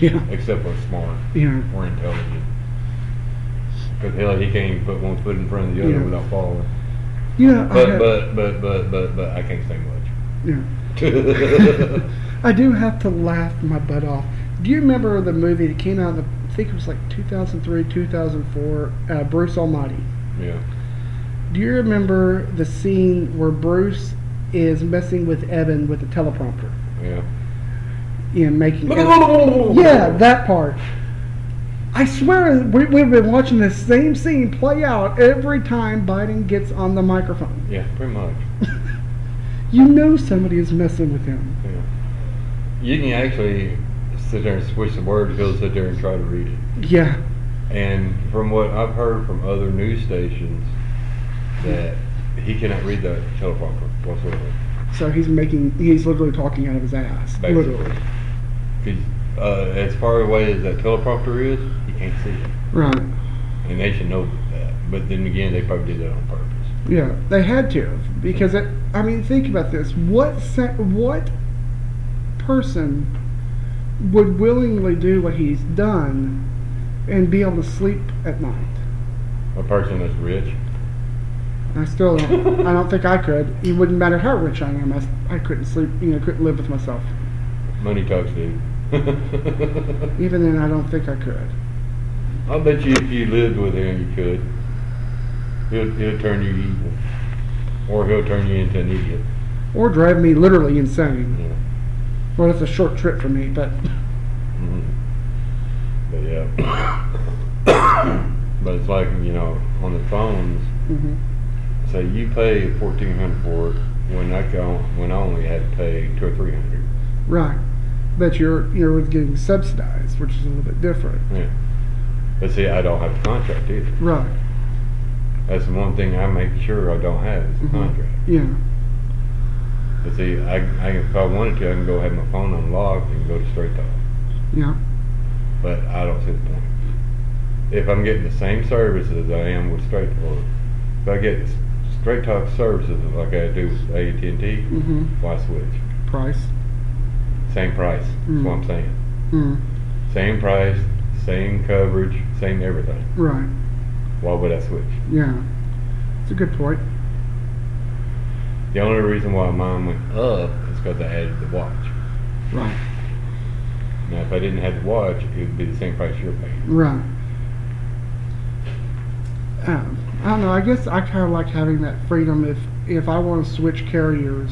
S1: Yeah.
S2: except for smart
S1: yeah,
S2: or intelligent. Because hell, he can't even put one foot in front of the other
S1: Yeah.
S2: without falling.
S1: yeah. I
S2: But
S1: have-
S2: but but but but but I can't say much.
S1: yeah. I do have to laugh my butt off. Do you remember the movie that came out? In the, I think it was like 2003, 2004. Uh, Bruce Almighty.
S2: yeah.
S1: Do you remember the scene where Bruce is messing with Evan with the teleprompter
S2: Yeah.
S1: and making? yeah, that part. I swear we, we've been watching this same scene play out every time Biden gets on the microphone.
S2: Yeah, pretty much.
S1: You know somebody is messing with him.
S2: Yeah. You can actually sit there and switch the words. He'll sit there and try to read it.
S1: Yeah,
S2: And from what I've heard from other news stations, that he cannot read the teleprompter whatsoever.
S1: so he's making he's literally talking out of his ass.
S2: Basically,
S1: Literally,
S2: 'Cause, uh, as far away as that teleprompter is, he can't see it,
S1: right?
S2: and they should know that. But then again, they probably did that on purpose.
S1: Yeah, they had to have, because it, I mean, think about this. What se- what person would willingly do what he's done and be able to sleep at night?
S2: A person that's rich,
S1: I still don't. I don't think I could. It wouldn't matter how rich I am. I, s- I couldn't sleep. You know, couldn't live with myself.
S2: money talks to. you.
S1: Even then, I don't think I could.
S2: I bet you if you lived with him, you could. He'll he'll turn you evil, or he'll turn you into an idiot.
S1: Or drive me literally insane.
S2: Yeah.
S1: Well, that's a short trip for me, but
S2: Mhm. Mm-hmm. But yeah. but it's like, you know, on the phones,
S1: hmm
S2: say you pay fourteen hundred for it when I go when I only had to pay two or three hundred.
S1: right. But you're you're getting subsidized, which is a little bit different.
S2: Yeah. But see I don't have a contract either.
S1: Right.
S2: That's the one thing I make sure I don't have is a
S1: Mhm.
S2: contract.
S1: Yeah.
S2: But see I, I if I wanted to I can go have my phone unlocked and go to straight talk.
S1: Yeah.
S2: But I don't see the point. If I'm getting the same service as I am with Straight Talk, if I get s- Straight Talk services like I do with AT&T,
S1: hmm
S2: why switch?
S1: Price.
S2: Same price. That's what I'm saying.
S1: Mm,
S2: Same price, same coverage, same everything.
S1: right.
S2: Why would I switch?
S1: Yeah. It's a good point.
S2: The only reason why mine went up is because I added the watch.
S1: Right.
S2: Now, if I didn't have the watch, it would be the same price you're paying.
S1: Right. Um, I don't know. I guess I kind of like having that freedom. If if I want to switch carriers,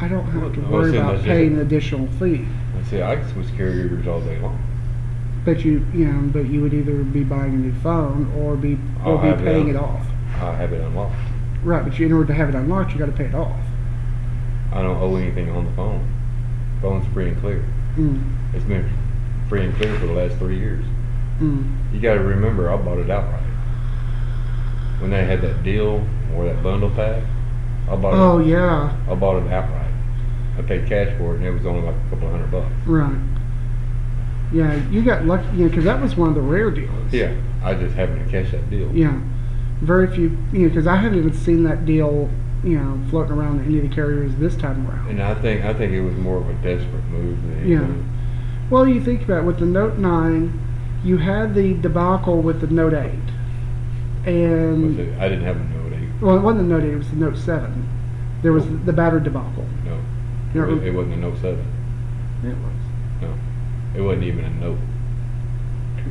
S1: I don't have to
S2: Well,
S1: worry
S2: see,
S1: about
S2: that's
S1: paying an
S2: just-
S1: additional fee.
S2: And see, I can switch carriers all day long.
S1: But you, you know, but you would either be buying a new phone or be or
S2: I'll
S1: be
S2: have it
S1: paying it
S2: up.
S1: off.
S2: I have it unlocked.
S1: Right. But you, in order to have it unlocked, you got to pay it off.
S2: I don't owe anything on the phone. Phone's free and clear.
S1: Mm,
S2: It's been free and clear for the last three years.
S1: mm,
S2: You got to remember, I bought it outright. When they had that deal or that bundle pack, I bought
S1: oh
S2: it.
S1: yeah.
S2: I bought it outright. I paid cash for it, and it was only like a couple of hundred bucks.
S1: Right. Yeah. You got lucky. You know, because that was one of the rare deals.
S2: Yeah, I just happened to catch that deal.
S1: Yeah, very few. You know, because I haven't even seen that deal. You know, floating around in any of the carriers this time around.
S2: And I think I think it was more of a desperate move than
S1: Yeah.
S2: anything.
S1: Well, you think about it, with the Note Nine, you had the debacle with the Note 8,
S2: Was
S1: and
S2: it- I didn't have a note eight.
S1: well, it wasn't the Note 8; it was the Note 7. There was the battery debacle.
S2: No,
S1: You
S2: it,
S1: don't
S2: was, it wasn't a note seven.
S1: remember? It was.
S2: No, it wasn't even a note.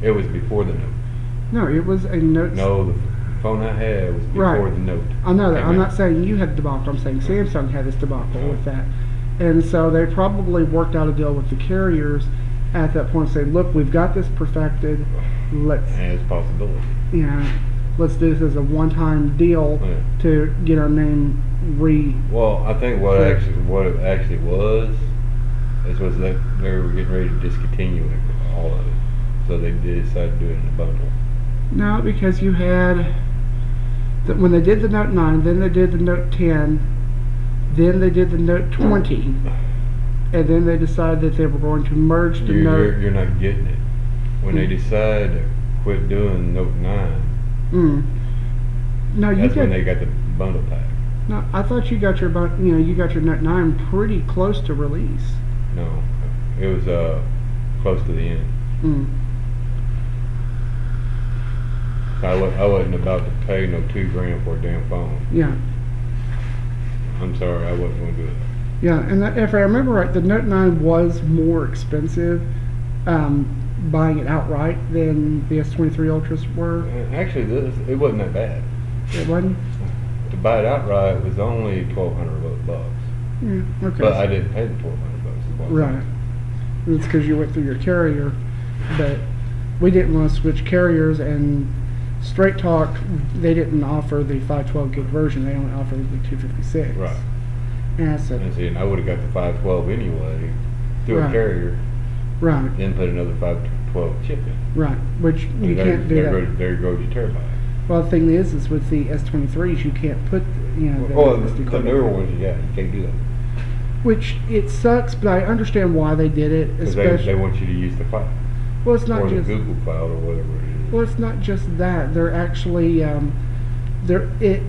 S2: It was before the note.
S1: No, it was a Note.
S2: No, the phone I had was
S1: Right.
S2: before the note.
S1: I know that.
S2: came
S1: I'm
S2: out.
S1: not saying you had the debacle. I'm saying Samsung had this debacle
S2: Oh.
S1: with that. And so they probably worked out a deal with the carriers at that point, saying, "Look, we've got this perfected. Let's,
S2: As possibility.
S1: you know, let's do this as a one-time deal
S2: Yeah.
S1: to get our name re."
S2: Well, I think what
S1: Correct.
S2: actually what it actually was is was that they were getting ready to discontinue it, all of it, so they did decide to do it in a bundle.
S1: No, because you had that when they did the Note Nine, then they did the Note Ten, then they did the Note Twenty, and then they decided that they were going to merge the
S2: You're,
S1: Note.
S2: you're, you're not getting it when they
S1: Mm.
S2: decide to quit doing Note Nine.
S1: Mm. No, Oh, you
S2: That's
S1: got
S2: when they got the bundle pack.
S1: No, I thought you got your about you know you got your Note Nine pretty close to release.
S2: No, it was uh close to the end.
S1: Mm.
S2: I, wa- I wasn't about to pay no two grand for a damn phone.
S1: Yeah,
S2: I'm sorry, I wasn't going to do it.
S1: yeah, and that, if I remember right, the Note Nine was more expensive um, buying it outright than the S twenty three Ultras were.
S2: And Uh, Actually, this it wasn't that bad.
S1: It wasn't.
S2: To buy it outright was only twelve hundred bucks.
S1: Yeah, okay.
S2: But I didn't pay the twelve hundred bucks. is what I'm
S1: Right.
S2: saying.
S1: It's because you went through your carrier, but we didn't want to switch carriers and Straight Talk. They didn't offer the five twelve gig version. They only offered the two fifty six.
S2: Right.
S1: And I said,
S2: And see, and I would have got the five twelve anyway through
S1: Right.
S2: a carrier,
S1: right,
S2: then put another five twelve chip in.
S1: right. Which you
S2: And there-
S1: can't do
S2: there
S1: that.
S2: Goes, there goes your terabyte.
S1: Well, the thing is, is with the S23s, you can't put, you know, the,
S2: Well, the,
S1: SD
S2: the
S1: card in.
S2: newer ones, yeah, you can't do that
S1: Which it sucks, but I understand why they did it.
S2: because they,
S1: Especially,
S2: they want you to use the file
S1: well, it's not
S2: or the
S1: just
S2: Google cloud or whatever it is.
S1: well, it's not just that. They're actually, um, they're it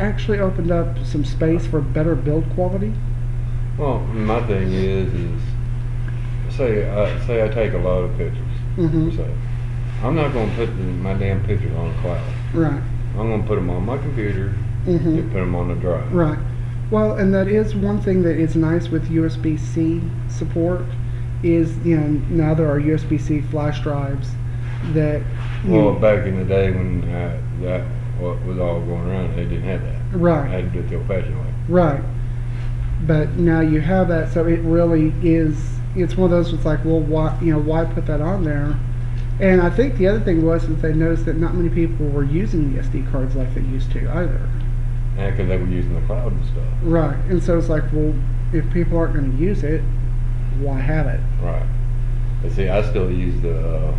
S1: actually opened up some space for better build quality.
S2: Well, my thing is, is say I say I take a lot of pictures.
S1: Mhm.
S2: So I'm not going to put the, my damn pictures on a cloud.
S1: Right.
S2: I'm going to put them on my computer
S1: hmm
S2: and put them on the drive.
S1: Right. Well, and that is one thing that is nice with USB C support is you know now there are USB C flash drives that you
S2: Well, back in the day when uh, that what was all going around, they didn't have that. I
S1: right.
S2: had to do it the old-fashioned way.
S1: Right. But now you have that, so it really is. It's one of those. It's like, well, why you know why put that on there? And I think the other thing was that they noticed that not many people were using the SD cards like they used to either.
S2: Yeah, 'cause they were using the cloud and stuff.
S1: Right. And so it's like, well, if people aren't going to use it, why have it?
S2: Right. But see, I still use the uh,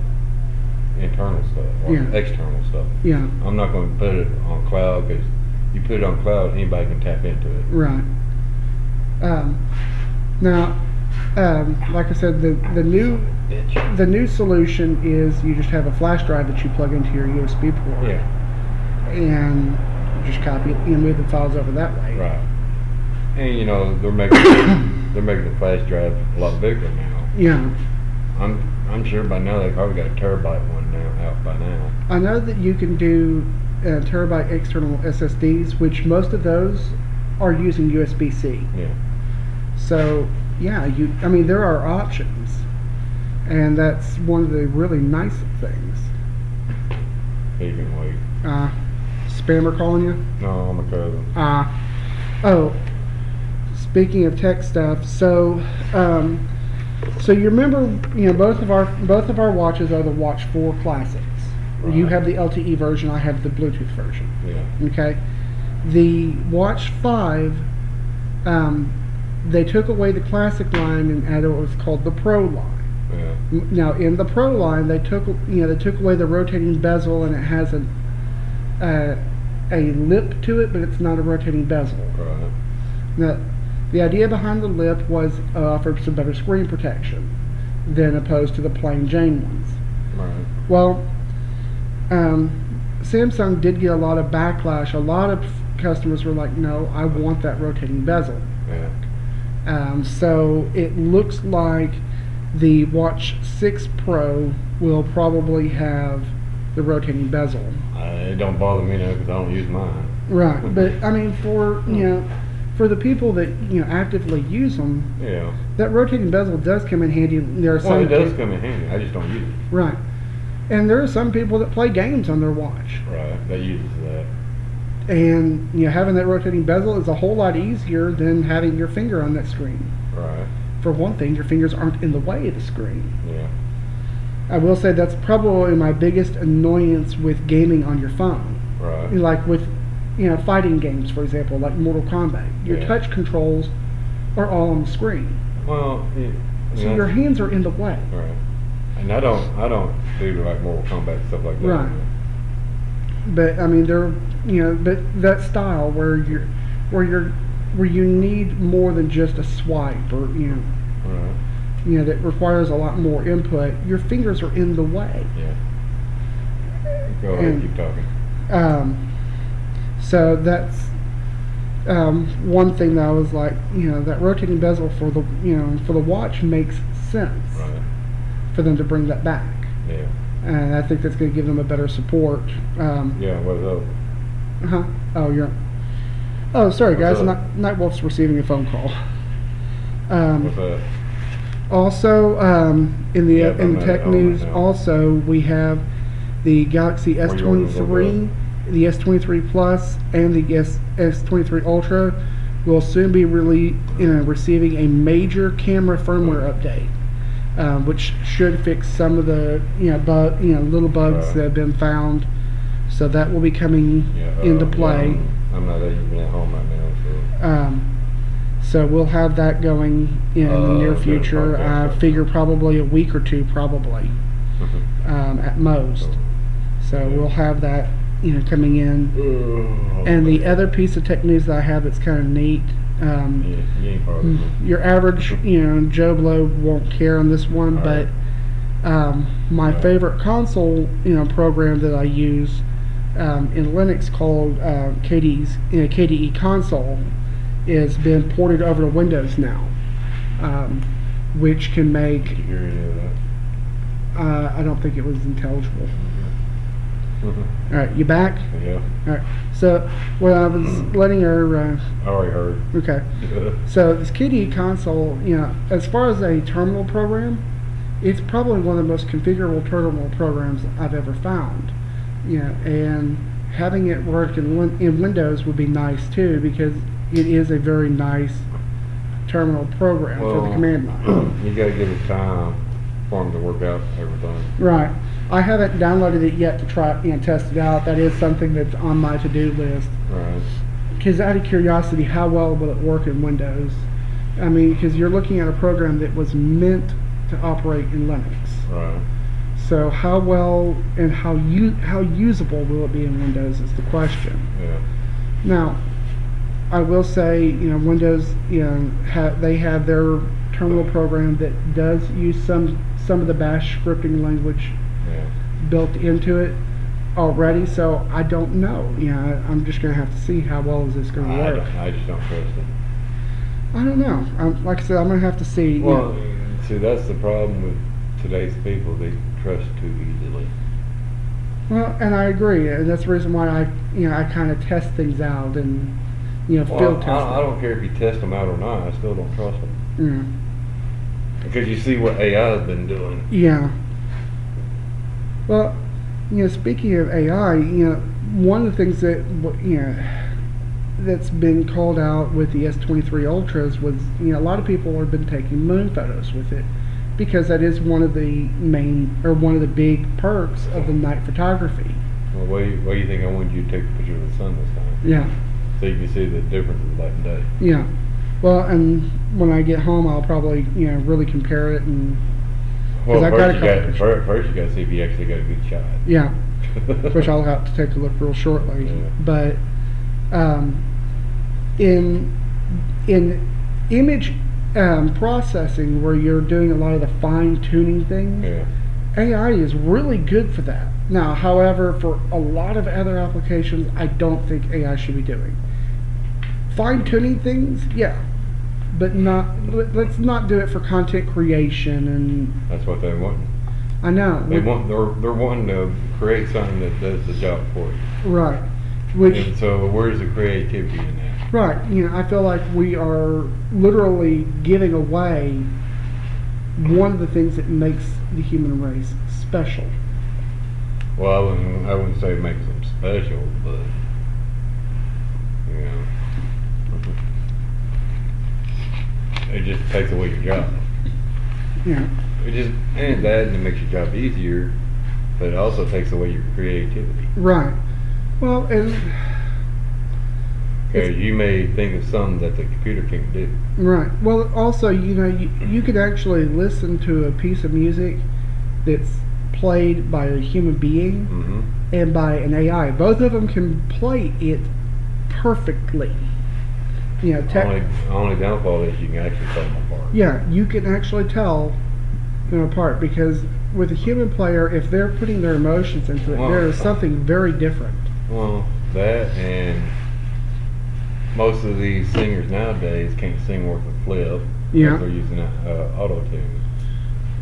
S2: internal stuff or
S1: Yeah.
S2: external stuff.
S1: Yeah.
S2: I'm not going to put it on cloud because you put it on cloud, anybody can tap into it.
S1: Right. Um, now, um, like I said, the the new
S2: Bitch.
S1: the new solution is you just have a flash drive that you plug into your USB port.
S2: Yeah,
S1: and just copy it and move the files over that way.
S2: right. And you know they're making they're making the flash drive a lot bigger now.
S1: Yeah.
S2: I'm I'm sure by now they probably got a terabyte one now out by now.
S1: I know that you can do uh, terabyte external SSDs, which most of those are using USB C.
S2: Yeah.
S1: So, yeah, you. I mean, there are options, and that's one of the really nice things.
S2: You can wait.
S1: Uh, spammer calling you.
S2: No, I'm a cousin.
S1: Uh, oh, speaking of tech stuff, so um, so you remember, you know, both of our both of our watches are the Watch Four Classics. You
S2: Right.
S1: have the LTE version, I have the Bluetooth version.
S2: Yeah.
S1: Okay, the Watch Five, um, they took away the classic line and added what was called the Pro line.
S2: Yeah.
S1: M- Now in the Pro line, they took you know they took away the rotating bezel and it has a uh, a lip to it, but it's not a rotating bezel.
S2: Right.
S1: Now, the idea behind the lip was uh, offered some better screen protection than opposed to the plain Jane ones.
S2: Right.
S1: Well, um, Samsung did get a lot of backlash. A lot of customers were like, "No, I want that rotating bezel."
S2: Yeah.
S1: Um, so it looks like the Watch 6 Pro will probably have the rotating bezel.
S2: I, it don't bother me now because I don't use mine.
S1: Right, but I mean, for you know, for the people that you know actively use them,
S2: Yeah.
S1: that rotating bezel does come in handy. There are
S2: Well,
S1: some
S2: it does
S1: peop-
S2: come in handy. I just don't use it.
S1: right, and there are some people that play games on their watch,
S2: Right. That uses that.
S1: and you know, having that rotating bezel is a whole lot easier than having your finger on that screen.
S2: Right.
S1: For one thing, your fingers aren't in the way of the screen.
S2: Yeah.
S1: I will say that's probably my biggest annoyance with gaming on your phone.
S2: Right.
S1: like with you know fighting games for example like mortal kombat your
S2: Yeah.
S1: touch controls are all on the screen
S2: Well, it,
S1: so
S2: yeah.
S1: your hands are in the way
S2: Right. And I don't, I don't do like Mortal Kombat and stuff like that.
S1: Right. but i mean they're you know but that style where you're where you're where you need more than just a swipe or you know
S2: Right.
S1: you know that requires a lot more input your fingers are in the way
S2: Yeah. Go ahead,
S1: And-
S2: keep talking.
S1: um, so that's um, one thing that i was like you know that rotating bezel for the you know for the watch makes sense
S2: Right.
S1: for them to bring that back.
S2: Yeah.
S1: And I think that's going to give them a better support. Um,
S2: Yeah. What's up?
S1: huh? Oh, you're. Oh, sorry,
S2: What's
S1: guys.
S2: up?
S1: Night, Nightwolf's receiving a phone call. Um,
S2: What's up?
S1: also, um, in the
S2: Yeah, but
S1: in
S2: I'm
S1: the
S2: not
S1: tech
S2: at home right
S1: news,
S2: now.
S1: also we have the Galaxy
S2: Where you wanna go,
S1: S23, the S23 Plus, and the S S23 Ultra will soon be really you know, receiving a major camera firmware update, um, which should fix some of the you know bug you know little bugs
S2: Right.
S1: that have been found. So that will be coming
S2: Yeah. uh,
S1: into
S2: yeah,
S1: play.
S2: I'm, I'm not even at home right now, so.
S1: Um, so we'll have that going in the
S2: Uh,
S1: near
S2: okay,
S1: future.
S2: okay,
S1: I
S2: okay.
S1: figure probably a week or two, probably um, at most. So we'll have that, you know, coming in. And the other piece of tech news that I have that's kind of neat.
S2: Yeah,
S1: Um,
S2: you ain't part of it.
S1: your average, you know, Joe Blow won't care on this one,
S2: All
S1: but
S2: right.
S1: um, my
S2: Right.
S1: favorite console, you know, program that I use um, in Linux called uh, KDE's, you know, KDE console is been ported over to Windows now, um, which can make.
S2: Did you hear any of that?
S1: Uh, I don't think it was intelligible.
S2: Mhm.
S1: All right, you back?
S2: yeah.
S1: All right. So when I was letting her, uh,
S2: I already heard.
S1: okay. So this KDE console, you know, as far as a terminal program, it's probably one of the most configurable terminal programs I've ever found. You know, and having it work in, Win- in Windows would be nice too because it is a very nice terminal program for the command line.
S2: you gotta give it time for them to work out everything.
S1: Right. I haven't downloaded it yet to try and test it out. That is something that's on my to-do list.
S2: Right.
S1: Because out of curiosity, how well will it work in Windows? I mean, because you're looking at a program that was meant to operate in Linux.
S2: Right.
S1: So how well and how u- how usable will it be in Windows is the question.
S2: Yeah.
S1: Now, I will say, you know, Windows, you know, ha- they have their terminal program that does use some some of the Bash scripting language
S2: Yeah.
S1: built into it already. So I don't know. You know, I- I'm just gonna have to see how well is this gonna
S2: I,
S1: work.
S2: don't- I just don't trust it.
S1: I don't know. I'm, like I said, I'm gonna have to see. you
S2: Well,
S1: know.
S2: see, that's the problem with today's people. They trust too easily.
S1: well, and I agree, and that's the reason why I, you know, I kind of test things out and, you know,
S2: Well,
S1: field test.
S2: I, I don't care if you test them out or not. I still don't trust them
S1: them.
S2: because you see what AI has been doing.
S1: Yeah. yeah. Well, you know, speaking of AI, you know, one of the things that w- you know that's been called out with the S23 Ultras was, you know, a lot of people have been taking moon photos with it because that is one of the main or one of the big perks of the night photography.
S2: Well, why, why do you think I wanted you to take a picture of the sun this time?
S1: Yeah.
S2: So you can see the difference of light and day.
S1: Yeah. Well, and when I get home, I'll probably you know really compare it and
S2: Well,
S1: I got
S2: first
S1: a
S2: you
S1: couple
S2: got
S1: pictures.
S2: first, first you got to see if you actually got a good shot.
S1: yeah, which I'll have to take a look real shortly.
S2: Yeah.
S1: But um, in in image um, processing, where you're doing a lot of the fine tuning things,
S2: Yeah.
S1: AI is really good for that. Now, however, for a lot of other applications, I don't think AI should be doing. Fine tuning things, yeah, but not. Let, let's not do it for content creation and
S2: That's what they want.
S1: I know.
S2: They
S1: we-
S2: want they're they're wanting to create something that does the job for you.
S1: Right. Which
S2: and so where's the creativity in that?
S1: Right. You know, I feel like we are literally giving away one of the things that makes the human race special.
S2: Well, I wouldn't, I wouldn't say it makes them special, but you know,
S1: Mm-hmm.
S2: it just takes away your job.
S1: You know,
S2: It just ain't that, and it makes your job easier, but it also takes away your creativity.
S1: right. Well, and
S2: Because
S1: It's-
S2: you may think of something that the computer can't do.
S1: right. Well, also, you know, you, you could actually listen to a piece of music that's played by a human being
S2: Mm-hmm.
S1: and by an AI. Both of them can play it perfectly. You know, tech.
S2: Only, only downfall is you can actually tell them apart.
S1: Yeah, you can actually tell them apart because with a human player, if they're putting their emotions into it,
S2: Well-
S1: there is something very different.
S2: Well, that and most of these singers nowadays can't sing worth a flip. 'cause
S1: Yeah.
S2: They're using uh, auto tune.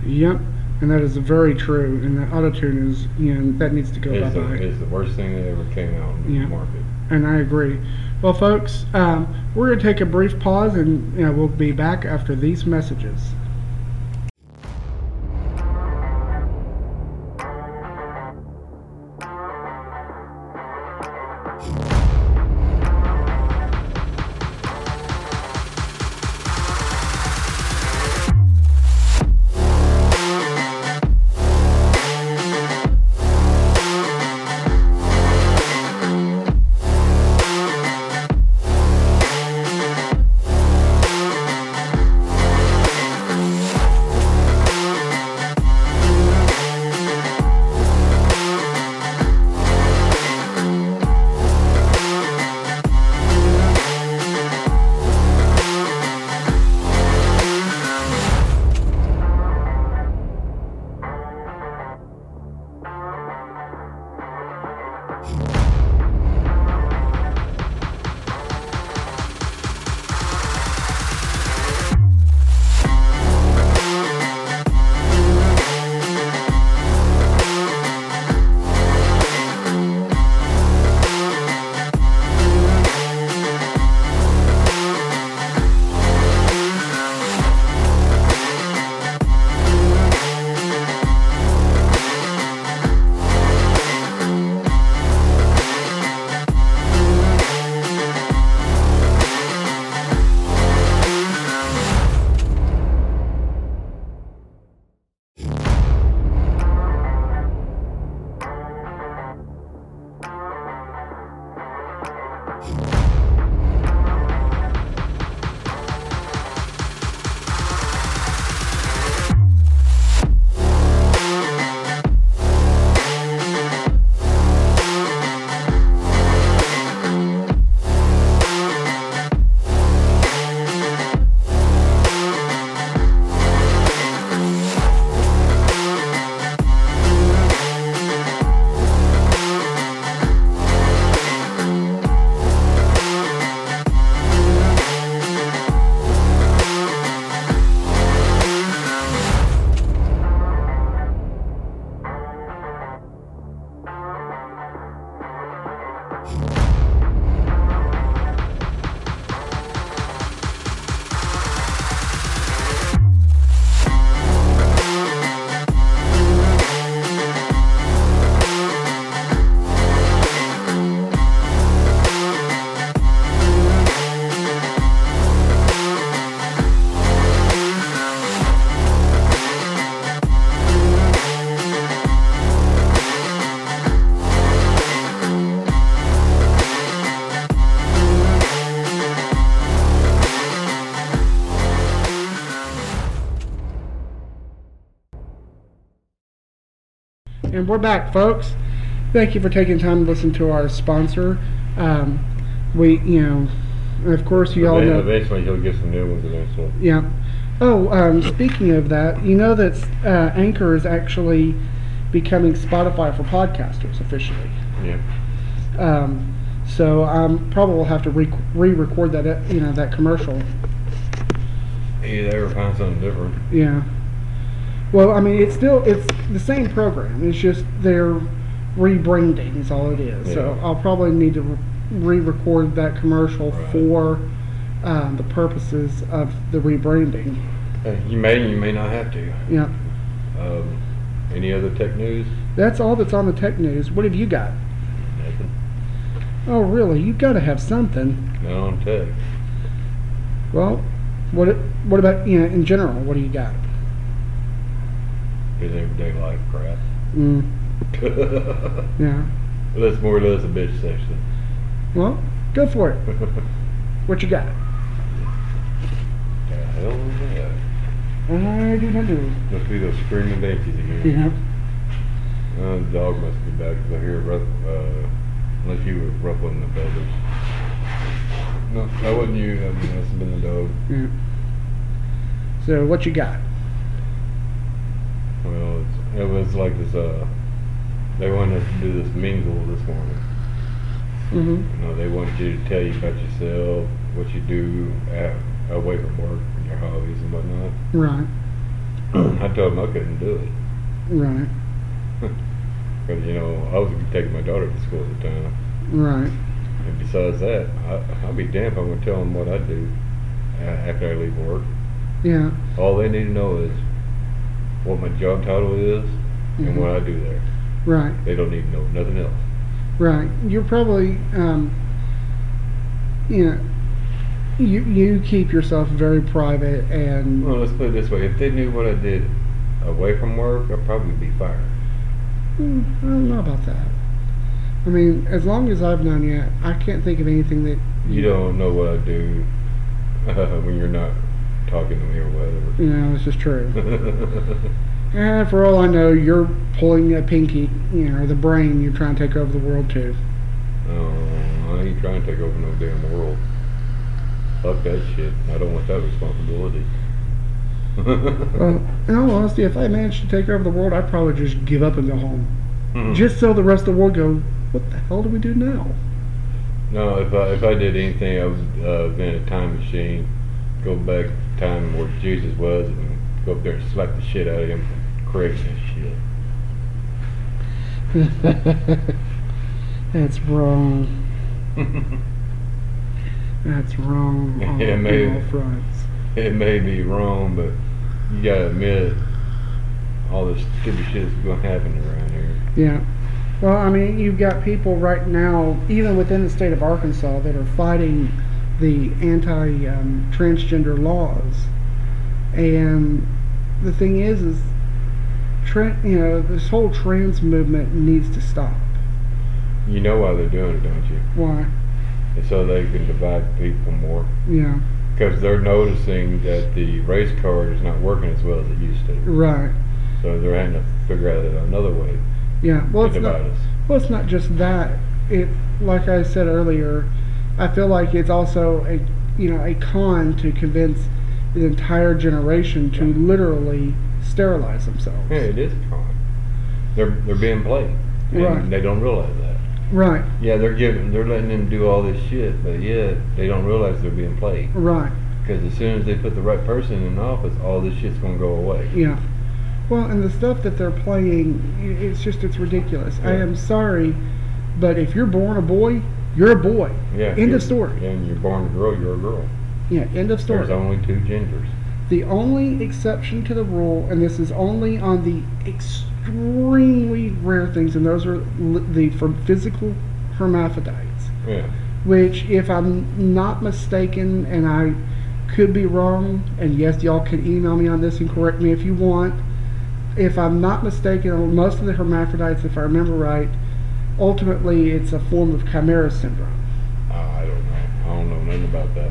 S1: Yep, and that is very true. And that auto tune is, you know, that needs to go
S2: It's the,
S1: bye bye.
S2: it's the worst thing that ever came out in
S1: Yeah.
S2: the market.
S1: And I agree. Well, folks, um, we're going to take a brief pause and you know, we'll be back after these messages. And we're back, folks. Thank you for taking time to listen to our sponsor. Um, we, you know, and of course, you all
S2: Ev-
S1: know.
S2: Eventually, he'll get some new ones eventually.
S1: Yeah. Oh, um, speaking of that, you know that uh, Anchor is actually becoming Spotify for podcasters officially.
S2: Yeah.
S1: Um, so I'm probably will have to re- re-record that, uh, you know, that commercial.
S2: Either or find something different.
S1: Yeah. Well, I mean, it's still it's the same program. It's just they're rebranding is all it is. So
S2: Yeah.
S1: I'll probably need to re-record that commercial
S2: Right.
S1: for um, the purposes of the rebranding.
S2: Uh, You may, you may not have to.
S1: Yeah,
S2: Um, any other tech news?
S1: that's all that's on the tech news. What have you got?
S2: Nothing.
S1: Oh, really? You've got to have something.
S2: No on tech.
S1: Well, what what about you know in general? What do you got?
S2: His everyday life crap.
S1: Mm, yeah.
S2: Well, That's more or less a bitch section.
S1: Well, go for it. What you got?
S2: the hell is that?
S1: I do not know.
S2: Must be those screaming babies again.
S1: Yeah.
S2: Uh, the dog must be back 'cause I hear ruff, uh, unless you were ruffling the feathers. No, that wasn't you. That must have been the dog.
S1: yeah. Mm. So what you got?
S2: Well, it's, it was like this. Uh, they wanted us to do this mingle this morning.
S1: Mm-hmm.
S2: You know, they want you to tell you about yourself, what you do at, away from work, and your hobbies and whatnot.
S1: Right. Hmm.
S2: I told them I couldn't do it.
S1: Right.
S2: Because, you know, I was taking my daughter to school at the time.
S1: Right.
S2: And besides that, I, I'll be damned if I'm going to tell them what I do a- after I leave work.
S1: Yeah.
S2: All they need to know is what my job title is and what I do there.
S1: Right.
S2: They don't need to know nothing else.
S1: Right. You're probably, um, you know, you you keep yourself very private and
S2: Well, let's put it this way. If they knew what I did away from work, I'd probably be fired.
S1: Mm, I don't know about that. I mean, as long as I've known you, I can't think of anything that
S2: You don't know what I do when you're not talking to me or
S1: You know, this is true.
S2: Mm-hmm. whatever.
S1: And for all I know, you're pulling a pinky, you know, the brain you're trying to take over the world to.
S2: Oh, I ain't trying to take over no damn world. Fuck that shit. I don't want that responsibility.
S1: Well, Uh, in all honesty, if I managed to take over the world, I'd probably just give up and go home. Just so the rest of the world go, what the hell do we do now?
S2: no. If I if I did anything, I would uh, invent a time machine, go back to time where Jesus was, and go up there and slap the shit out of him for creating this shit.
S1: That's wrong. That's wrong on
S2: Yeah, maybe.
S1: all fronts.
S2: it may be wrong, but you gotta admit all this stupid shit's gonna happen around here.
S1: Yeah. Well, I mean, you've got people right now, even within the state of Arkansas, that are fighting the anti um, transgender laws. And the thing is, is tran you know, this whole trans movement needs to stop.
S2: You know why they're doing it, don't you?
S1: Why?
S2: And so they can divide people more.
S1: Yeah.
S2: because they're noticing that the race card is not working as well as it used to.
S1: Right.
S2: So they're having to figure out another way
S1: Yeah. Well,
S2: to
S1: it's not,
S2: divide us.
S1: Well, it's not just that. It, like I said earlier, I feel like it's also a, you know, a con to convince an entire generation to
S2: Yeah.
S1: literally sterilize themselves.
S2: Yeah, it is a con. They're they're being played, and
S1: Right.
S2: they don't realize that.
S1: Right.
S2: Yeah, they're giving, they're letting them do all this shit, but yet they don't realize they're being played.
S1: Right.
S2: Because as soon as they put the right person in office, all this shit's gonna go away.
S1: Yeah. Well, and the stuff that they're playing, i- it's just it's ridiculous. I
S2: Yeah.
S1: am sorry, but if you're born a boy, you're a boy.
S2: Yeah.
S1: End
S2: you're-
S1: of story.
S2: And you're born a girl, you're a girl.
S1: Yeah. End of story.
S2: There's only two genders.
S1: The only exception to the rule, and this is only on the extremely rare things, and those are li- the for physical hermaphrodites,
S2: Yeah.
S1: which, if I'm not mistaken, and I could be wrong, and yes, y'all can email me on this and correct me if you want. If I'm not mistaken, most of the hermaphrodites, if I remember right, ultimately it's a form of chimera syndrome.
S2: I don't know. I don't know nothing about that.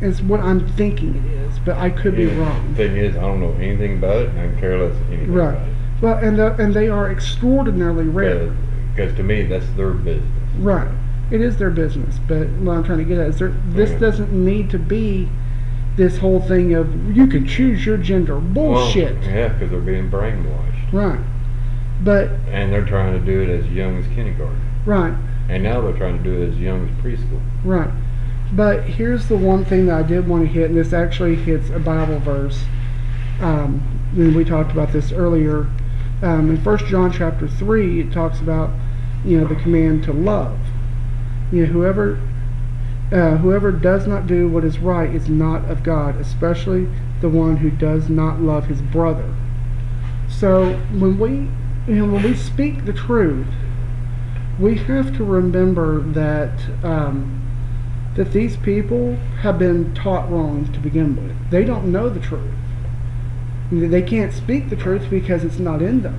S1: It's what I'm thinking it is, but I could be
S2: Yeah,
S1: wrong.
S2: Thing is, I don't know anything about it, and I'm careless anything
S1: Right.
S2: about it.
S1: Well, and the, and they are extraordinarily rare.
S2: Because to me, that's their business.
S1: Right. It is their business, but what I'm trying to get at is there, this
S2: Yeah.
S1: doesn't need to be this whole thing of you can choose your gender bullshit.
S2: Well, yeah, because they're being brainwashed,
S1: Right. But
S2: and they're trying to do it as young as kindergarten,
S1: right,
S2: and now they're trying to do it as young as preschool.
S1: right. But here's the one thing that I did want to hit, and this actually hits a Bible verse. Um, and we talked about this earlier. Um, in First John chapter three, it talks about you know the command to love. You know, whoever uh, whoever does not do what is right is not of God, especially the one who does not love his brother. So when we you know, when we speak the truth, we have to remember that um, that these people have been taught wrong to begin with. They don't know the truth. They can't speak the truth because it's not in them.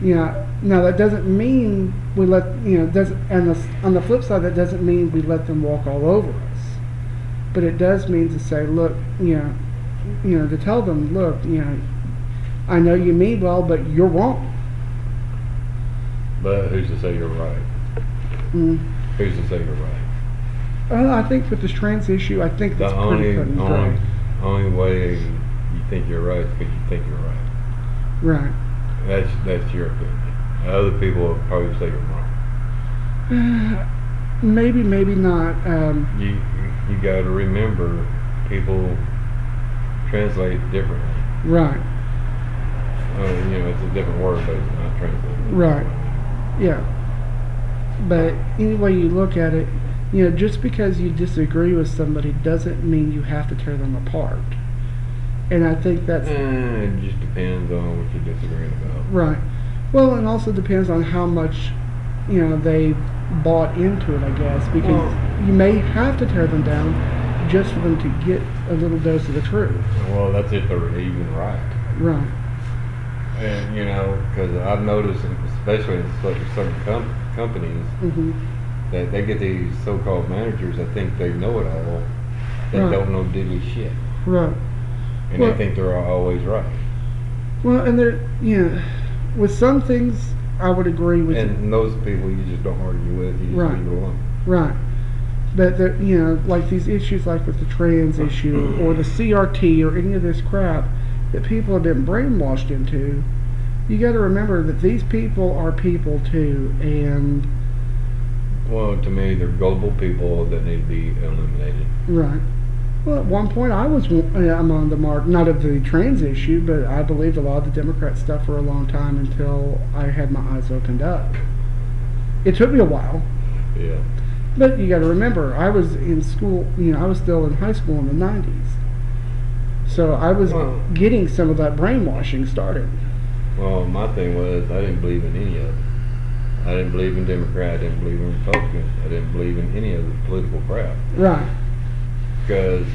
S1: You know, now that doesn't mean we let you know doesn't and the, on the flip side that doesn't mean we let them walk all over us, but it does mean to say, look, you know, you know, to tell them, look, you know, I know you mean well, but you're wrong.
S2: But who's to say you're right?
S1: Mm.
S2: Who's to say you're right?
S1: Uh, I think with this trans issue, I think that's
S2: the
S1: pretty
S2: only,
S1: cut and
S2: only,
S1: dry.
S2: only way you think you're right is because you think you're right.
S1: Right.
S2: That's that's your opinion. Other people will probably say you're wrong.
S1: Mm. maybe, maybe not. Um,
S2: You you got to remember, people translate differently.
S1: right.
S2: Oh, you know, it's a different word, but it's not translated.
S1: Right. Yeah. But any way you look at it, you know, just because you disagree with somebody doesn't mean you have to tear them apart. And I think that's
S2: Eh, it just depends on what you're disagreeing about.
S1: right. Well, it also depends on how much, you know, they bought into it, I guess, because
S2: Well-
S1: you may have to tear them down just for them to get a little dose of the truth.
S2: Well, that's if they're even right.
S1: Right.
S2: And you know, because I've noticed, especially in certain certain com- companies,
S1: hmm
S2: that they get these so-called managers that think they know it all. They
S1: Right.
S2: don't know diddly shit,
S1: Right.
S2: and
S1: Well-
S2: they think they're always right.
S1: Well, and there, you know, with some things I would agree with. you.
S2: And those people you just don't argue with. You just
S1: Right.
S2: leave it alone.
S1: Right. But the, you know, like these issues, like with the trans issue or the CRT or any of this crap that people have been brainwashed into, you got to remember that these people are people too, and
S2: Well, to me, they're gullible people that need to be eliminated.
S1: right. Well, at one point, I was one- uh, I'm on the mark, not of the trans issue, but I believed a lot of the Democrat stuff for a long time until I had my eyes opened up. It took me a while,
S2: Yeah.
S1: But you got to remember, I was in school. You know, I was still in high school in the '90s, so I was
S2: Wow.
S1: getting some of that brainwashing started.
S2: Well, my thing was I didn't believe in any of it. I didn't believe in Democrat. I didn't believe in Republicans. I didn't believe in any of the political crap.
S1: Right,
S2: Because,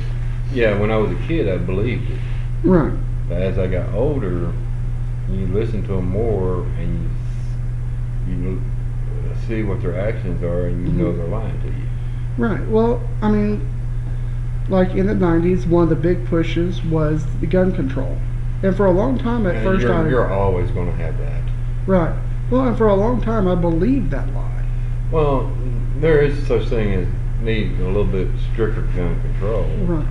S2: yeah, when I was a kid, I believed it.
S1: right,
S2: But as I got older, you listen to them more, and you s- you l- see what their actions are, and you know
S1: Mhm.
S2: they're lying to you.
S1: right. Well, I mean, like in the '90s, one of the big pushes was the gun control, and for a long time at
S2: And
S1: 1st
S2: you're,
S1: I
S2: you're always going to have that.
S1: right. Well, and for a long time I believed that lie.
S2: Well, there is such thing as need a little bit stricter gun control
S1: Right,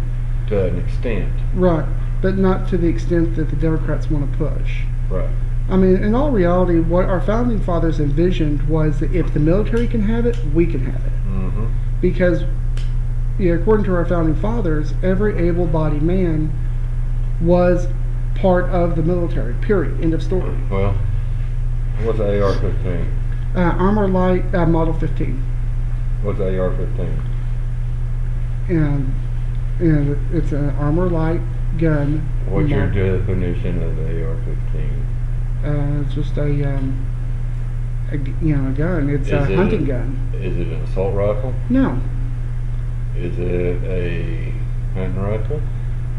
S2: to an extent.
S1: right, but not to the extent that the Democrats want to push.
S2: Right.
S1: I mean, in all reality, what our founding fathers envisioned was that if the military can have it, we can have it.
S2: Mm-hmm.
S1: Because, you know, according to our founding fathers, every able bodied man was part of the military, period. End of story.
S2: Well, what's AR fifteen?
S1: Uh, Armor Light uh, Model 15.
S2: What's AR fifteen?
S1: And, and it's an Armor Light gun.
S2: What's your
S1: mod-
S2: definition of AR fifteen?
S1: Uh, it's just a, um, a g you know, a gun. It's a
S2: Is it-
S1: hunting gun.
S2: Is it an assault rifle?
S1: No.
S2: Is it a hunting rifle?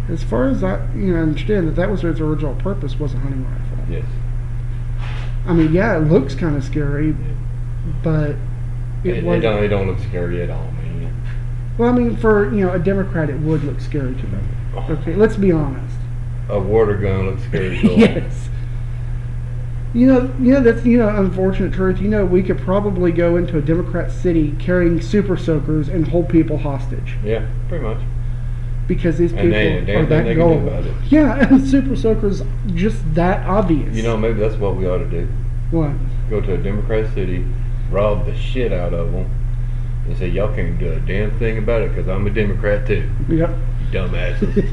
S1: As far as I you know, understand that that was its original purpose was a hunting rifle.
S2: Yes.
S1: I mean, yeah, it looks kind of scary, but
S2: It,
S1: it,
S2: it,
S1: was.
S2: don't. It don't look scary at all, man.
S1: Well, I mean, for you know a Democrat, it would look scary to them. Okay, let's be honest.
S2: A water gun looks scary. as hell.
S1: yes. You know, you know that's you know unfortunate truth. You know, we could probably go into a Democrat city carrying super soakers and hold people hostage
S2: Yeah, pretty much.
S1: because these people
S2: And they ain't a
S1: are
S2: damn thing
S1: that
S2: they can do
S1: gullible.
S2: about it.
S1: Yeah, and super soakers just that obvious.
S2: You know, maybe that's what we ought to do.
S1: what?
S2: Go to a Democrat city, rob the shit out of them, and say y'all can't do a damn thing about it because I'm a Democrat too,
S1: Yep.
S2: you dumbasses.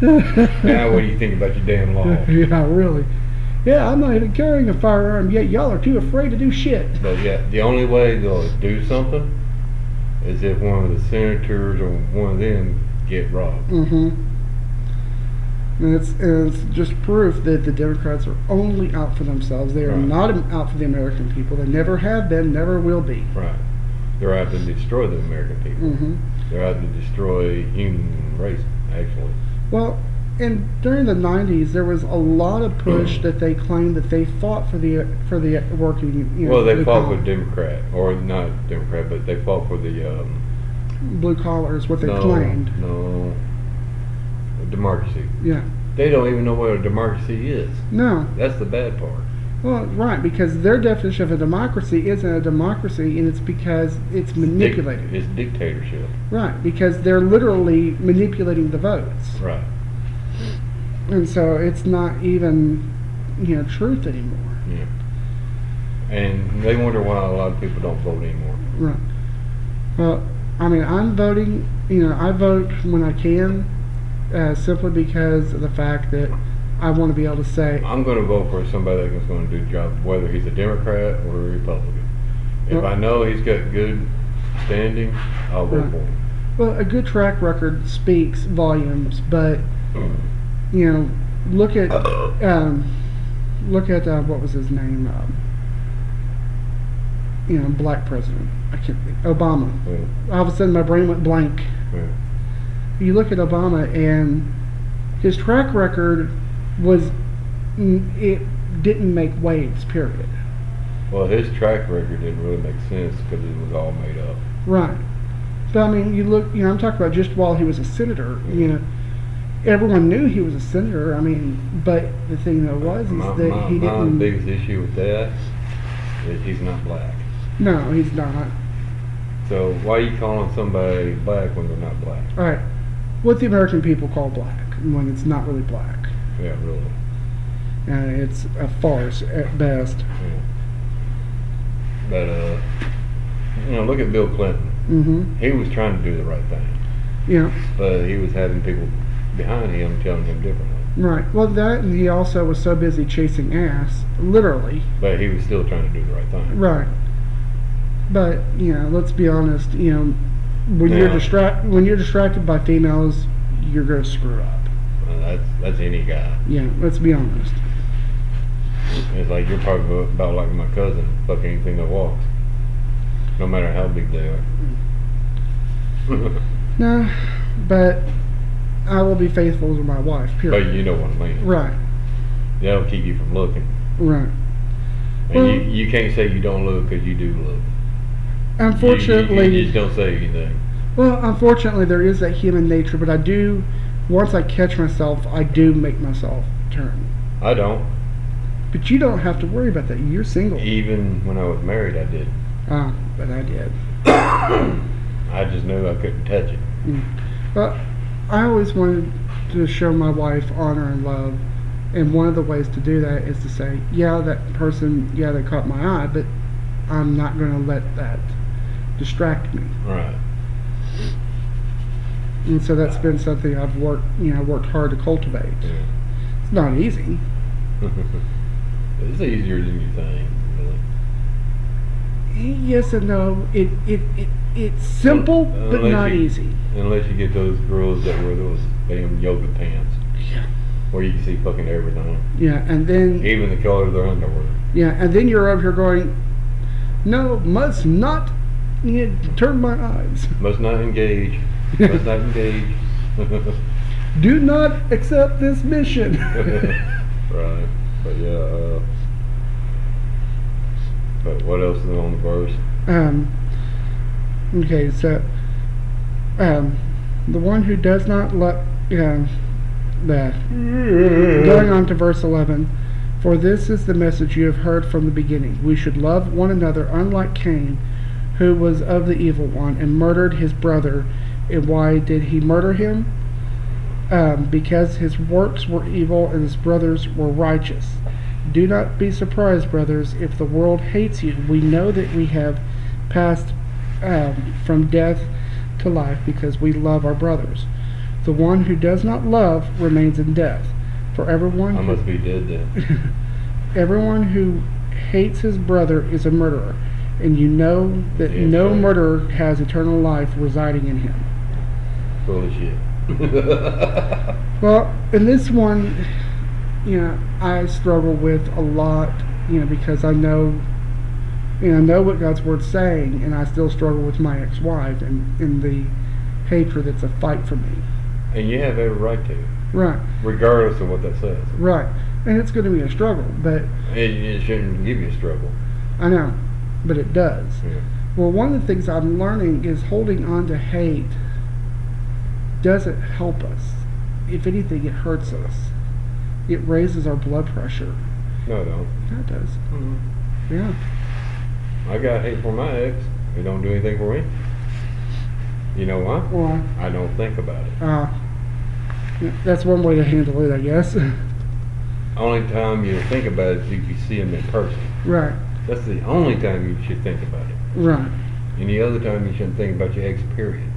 S1: I
S2: now what do you think about your damn law?
S1: yeah, really. Yeah, I'm not even carrying a firearm yet. Y'all are too afraid to do shit.
S2: But yeah, the only way they'll do something is if one of the senators or one of them get robbed.
S1: Mm-hmm. And it's, and it's just proof that the Democrats are only out for themselves. They are
S2: Right.
S1: not out for the American people. They never have been, never will be.
S2: Right. They're out to destroy the American people.
S1: Mm-hmm.
S2: They're out to destroy human race, actually.
S1: Well, and during the '90s, there was a lot of push that they claimed that they fought for the for the working. You know,
S2: well, they
S1: blue
S2: fought
S1: collar-
S2: for Democrat, or not Democrat, but they fought for the um,
S1: blue collar is what they
S2: no,
S1: claimed.
S2: no democracy.
S1: Yeah.
S2: They don't even know what a democracy is.
S1: No.
S2: That's the bad part.
S1: Well, right, because their definition of a democracy isn't a democracy, and it's because it's manipulated.
S2: Dic- it's dictatorship.
S1: Right, because they're literally manipulating the votes,
S2: Right.
S1: and so it's not even you know truth anymore.
S2: Yeah. And they wonder why a lot of people don't vote anymore.
S1: Right. Well, I mean, I'm voting. You know, I vote when I can, uh, simply because of the fact that I want to be able to say,
S2: I'm going to vote for somebody that's going to do the job, whether he's a Democrat or a Republican. If I know he's got good standing, I'll vote for him.
S1: well, a good track record speaks volumes, but you know, look at um, look at uh, what was his name, um, you know, black president. I can't think. Obama.
S2: Yeah,
S1: All of a sudden, my brain went blank.
S2: yeah.
S1: you look at Obama and his track record was n- it didn't make waves. Period.
S2: Well, his track record didn't really make sense because it was all made up.
S1: Right. But I mean, you look. You know, I'm talking about just while he was a senator. You know, everyone knew he was a senator. I mean, but the thing that was is
S2: My,
S1: that
S2: my,
S1: he
S2: my
S1: didn't.
S2: biggest issue with that is he's not black.
S1: No, he's not.
S2: So why are you calling somebody black when they're not black?
S1: All right. What the American people call black when it's not really black.
S2: Yeah, really.
S1: Uh, it's a farce at best.
S2: Yeah. But uh, you know, look at Bill Clinton.
S1: Mm-hmm.
S2: He was trying to do the right thing.
S1: Yeah.
S2: but he was having people behind him telling him differently.
S1: Right. Well, that and he also was so busy chasing ass, literally.
S2: But he was still trying to do the right thing.
S1: Right. But you know, let's be honest. You know, when you're
S2: Yeah.
S1: distract when you're distracted by females, you're gonna screw up.
S2: Uh, that's that's any guy.
S1: Yeah. Let's be honest.
S2: It's like you're probably about like my cousin, fuck anything that walks, no matter how big they are.
S1: No, but I will be faithful to my wife. Period.
S2: but you know what I mean.
S1: Right.
S2: That'll keep you from looking,
S1: Right.
S2: and
S1: Well-
S2: you you can't say you don't look because you do look. You- you-
S1: Unfortunately.
S2: you, just don't say anything.
S1: Well, unfortunately, there is that human nature, but I do, once I catch myself, I do make myself turn.
S2: I don't.
S1: But you don't have to worry about that. You're single.
S2: Even when I was married, I did.
S1: Ah, but I did.
S2: I just knew I couldn't touch it.
S1: Mm. But I always wanted to show my wife honor and love, and one of the ways to do that is to say, yeah, that person, yeah, they caught my eye, but I'm not going to let that distract me.
S2: Right.
S1: And so that's been something I've worked, you know, worked hard to cultivate.
S2: Yeah.
S1: It's not easy.
S2: it's easier than you think. Really.
S1: Yes and no. It it, it it's simple but
S2: Unless
S1: not
S2: you-
S1: easy.
S2: Unless you get those girls that wear those damn yoga pants,
S1: Yeah.
S2: where you can see fucking everything,
S1: Yeah, and then
S2: even the color of their underwear.
S1: yeah, and then you're up here going, no, must not you know, turn my eyes.
S2: Must not engage. Must not engage.
S1: Do not accept this mission.
S2: right. But yeah. Uh, but what else is on the verse?
S1: um, okay, so um, the one who does not um, let yeah, the Going on to verse 11. For this is the message you have heard from the beginning. We should love one another, unlike Cain, who was of the evil one and murdered his brother. And why did he murder him? Um, because his works were evil and his brothers were righteous. Do not be surprised, brothers, if the world hates you. We know that we have passed um, from death to life because we love our brothers. The one who does not love remains in death. For everyone
S2: I
S1: who
S2: must be dead then.
S1: Everyone who hates his brother is a murderer, and you know that
S2: Yes,
S1: no
S2: sir.
S1: murderer has eternal life residing in him.
S2: Full of shit.
S1: Well, in this one, you know, I struggle with a lot, you know, because I know, you know, I know what God's word's saying, and I still struggle with my ex-wife and, and the hatred that's a fight for me.
S2: and you have every right to,
S1: Right,
S2: regardless of what that says.
S1: right, and it's going to be a struggle, but
S2: It, it shouldn't give you a struggle.
S1: I know, but it does.
S2: Yeah.
S1: Well, one of the things I'm learning is holding on to hate doesn't help us. If anything, it hurts us. It raises our blood pressure.
S2: No, I don't.
S1: That does.
S2: Mm-hmm.
S1: Yeah.
S2: I got hate for my ex. It don't do anything for me. You know why?
S1: Well,
S2: I don't think about it.
S1: uh, yeah, that's one way to handle it, I guess.
S2: Only time you think about it is if you see him in person.
S1: right.
S2: That's the only time you should think about it.
S1: Right.
S2: Any other time you shouldn't think about your ex, period.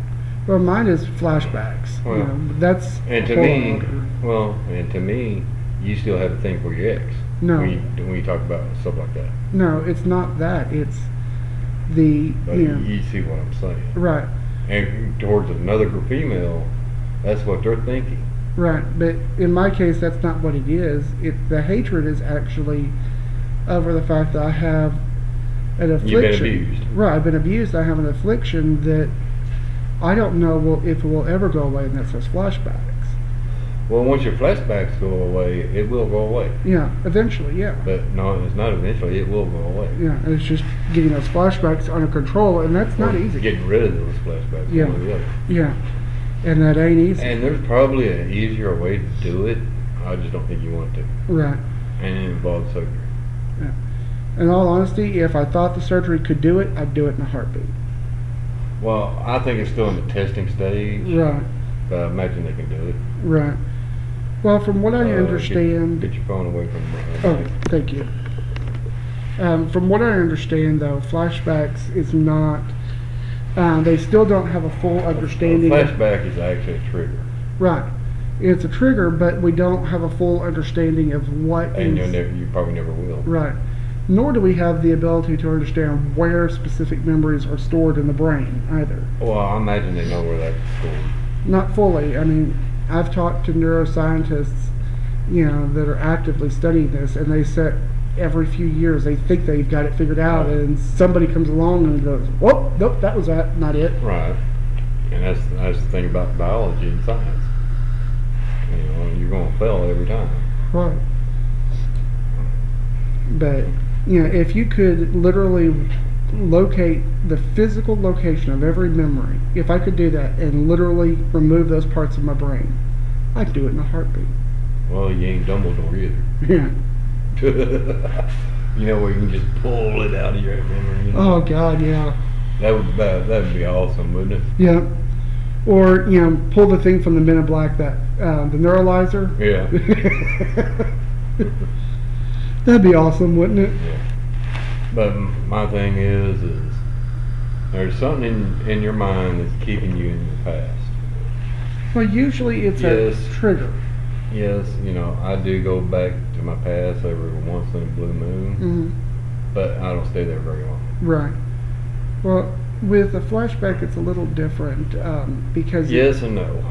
S1: Well, mine is flashbacks. you
S2: Well,
S1: know, but that's
S2: And to
S1: a whole
S2: me,
S1: other-
S2: well, and to me, you still have a thing for your ex.
S1: No.
S2: When you, when you talk about stuff like that.
S1: no, it's not that. It's the
S2: But
S1: you know,
S2: you see what I'm saying.
S1: right,
S2: And towards another group female, that's what they're thinking.
S1: right. But in my case, that's not what it is. It the hatred is actually over the fact that I have an affliction.
S2: You've been abused.
S1: Right, I've been abused. I have an affliction that I don't know will, if it will ever go away, and that's those flashbacks.
S2: Well, once your flashbacks go away, it will go away.
S1: Yeah, eventually, yeah.
S2: But no, it's not eventually. It will go away.
S1: Yeah, it's just getting those flashbacks under control, and that's not
S2: Or
S1: easy.
S2: Getting rid of those flashbacks.
S1: Yeah.
S2: one or the other.
S1: Yeah, and that ain't easy.
S2: And there's probably an easier way to do it. I just don't think you want to.
S1: right.
S2: And it involves surgery.
S1: In all honesty, if I thought the surgery could do it, I'd do it in a heartbeat.
S2: Well, I think it's still in the testing stage.
S1: Right,
S2: But I imagine they can do it.
S1: right. Well, from what I
S2: Uh, get-
S1: understand,
S2: Get, your phone away from me.
S1: Oh, thank you. Um, from what I understand, though, flashbacks is not. Uh, they still don't have a full understanding.
S2: A flashback is actually a trigger,
S1: Right. It's a trigger, but we don't have a full understanding of what
S2: and you'll
S1: is-
S2: never, you probably never will.
S1: Right. Nor do we have the ability to understand where specific memories are stored in the brain either.
S2: Well, I imagine they know where that's going.
S1: Not fully. I mean, I've talked to neuroscientists, you know, that are actively studying this, and they said every few years they think they've got it figured out, and somebody comes along and goes, "Whoop, nope, that was that, not it."
S2: Right. And that's that's the thing about biology and science. You know, you're gonna fail every time.
S1: Right. But you know, if you could literally locate the physical location of every memory, if I could do that and literally remove those parts of my brain, I'd do it in a heartbeat.
S2: Well, you ain't Dumbledore either.
S1: Yeah.
S2: you know, where you can just pull it out of your memory. You know?
S1: Oh God, yeah,
S2: That would that that would be awesome, wouldn't it?
S1: yeah. Or you know, pull the thing from the Men in Black that uh, the neuralizer.
S2: Yeah.
S1: That'd be awesome, wouldn't it?
S2: yeah. But m- my thing is, is there's something in, in your mind that's keeping you in your past.
S1: Well, usually it's
S2: Yes.
S1: a trigger.
S2: Yes, you know, I do go back to my past every once in a blue moon,
S1: hmm
S2: but I don't stay there very long.
S1: Right. Well, with a flashback, it's a little different um, because
S2: Yes and no.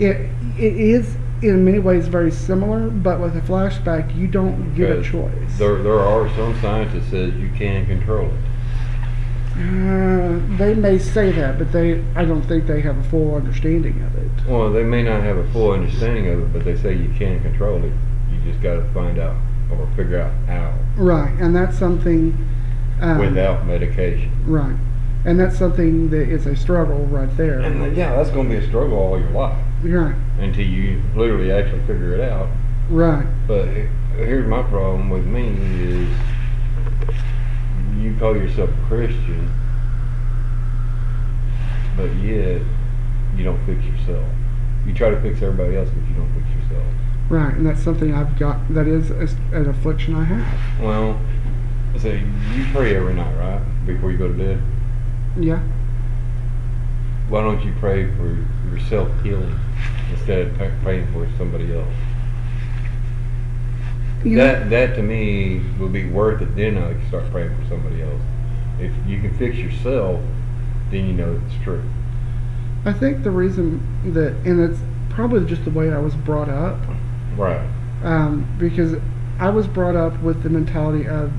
S1: it it is in many ways very similar, but with a flashback, you don't give a
S2: Because
S1: choice.
S2: There, there are some science that says you can control it.
S1: Uh, they may say that, but they I don't think they have a full understanding of it.
S2: Well, they may not have a full understanding of it, but they say you can control it. You just got to find out or figure out how
S1: Right, and that's something. Um,
S2: without medication.
S1: Right, and that's something that is a struggle right there.
S2: And then, yeah, that's going to be a struggle all your life
S1: Right,
S2: until you literally actually figure it out.
S1: right,
S2: But he- here's my problem with me is you call yourself a Christian, but yet you don't fix yourself. You try to fix everybody else, but you don't fix yourself.
S1: right, and that's something I've got. That is a, an affliction I have.
S2: Well, I say you pray every night, right? Before you go to bed.
S1: Yeah.
S2: why don't you pray for yourself healing instead of pa- praying for somebody else?
S1: You know,
S2: That that to me would be worth it. Then I could start praying for somebody else. If you can fix yourself, then you know it's true.
S1: I think the reason that, and it's probably just the way I was brought up,
S2: Right.
S1: um, because I was brought up with the mentality of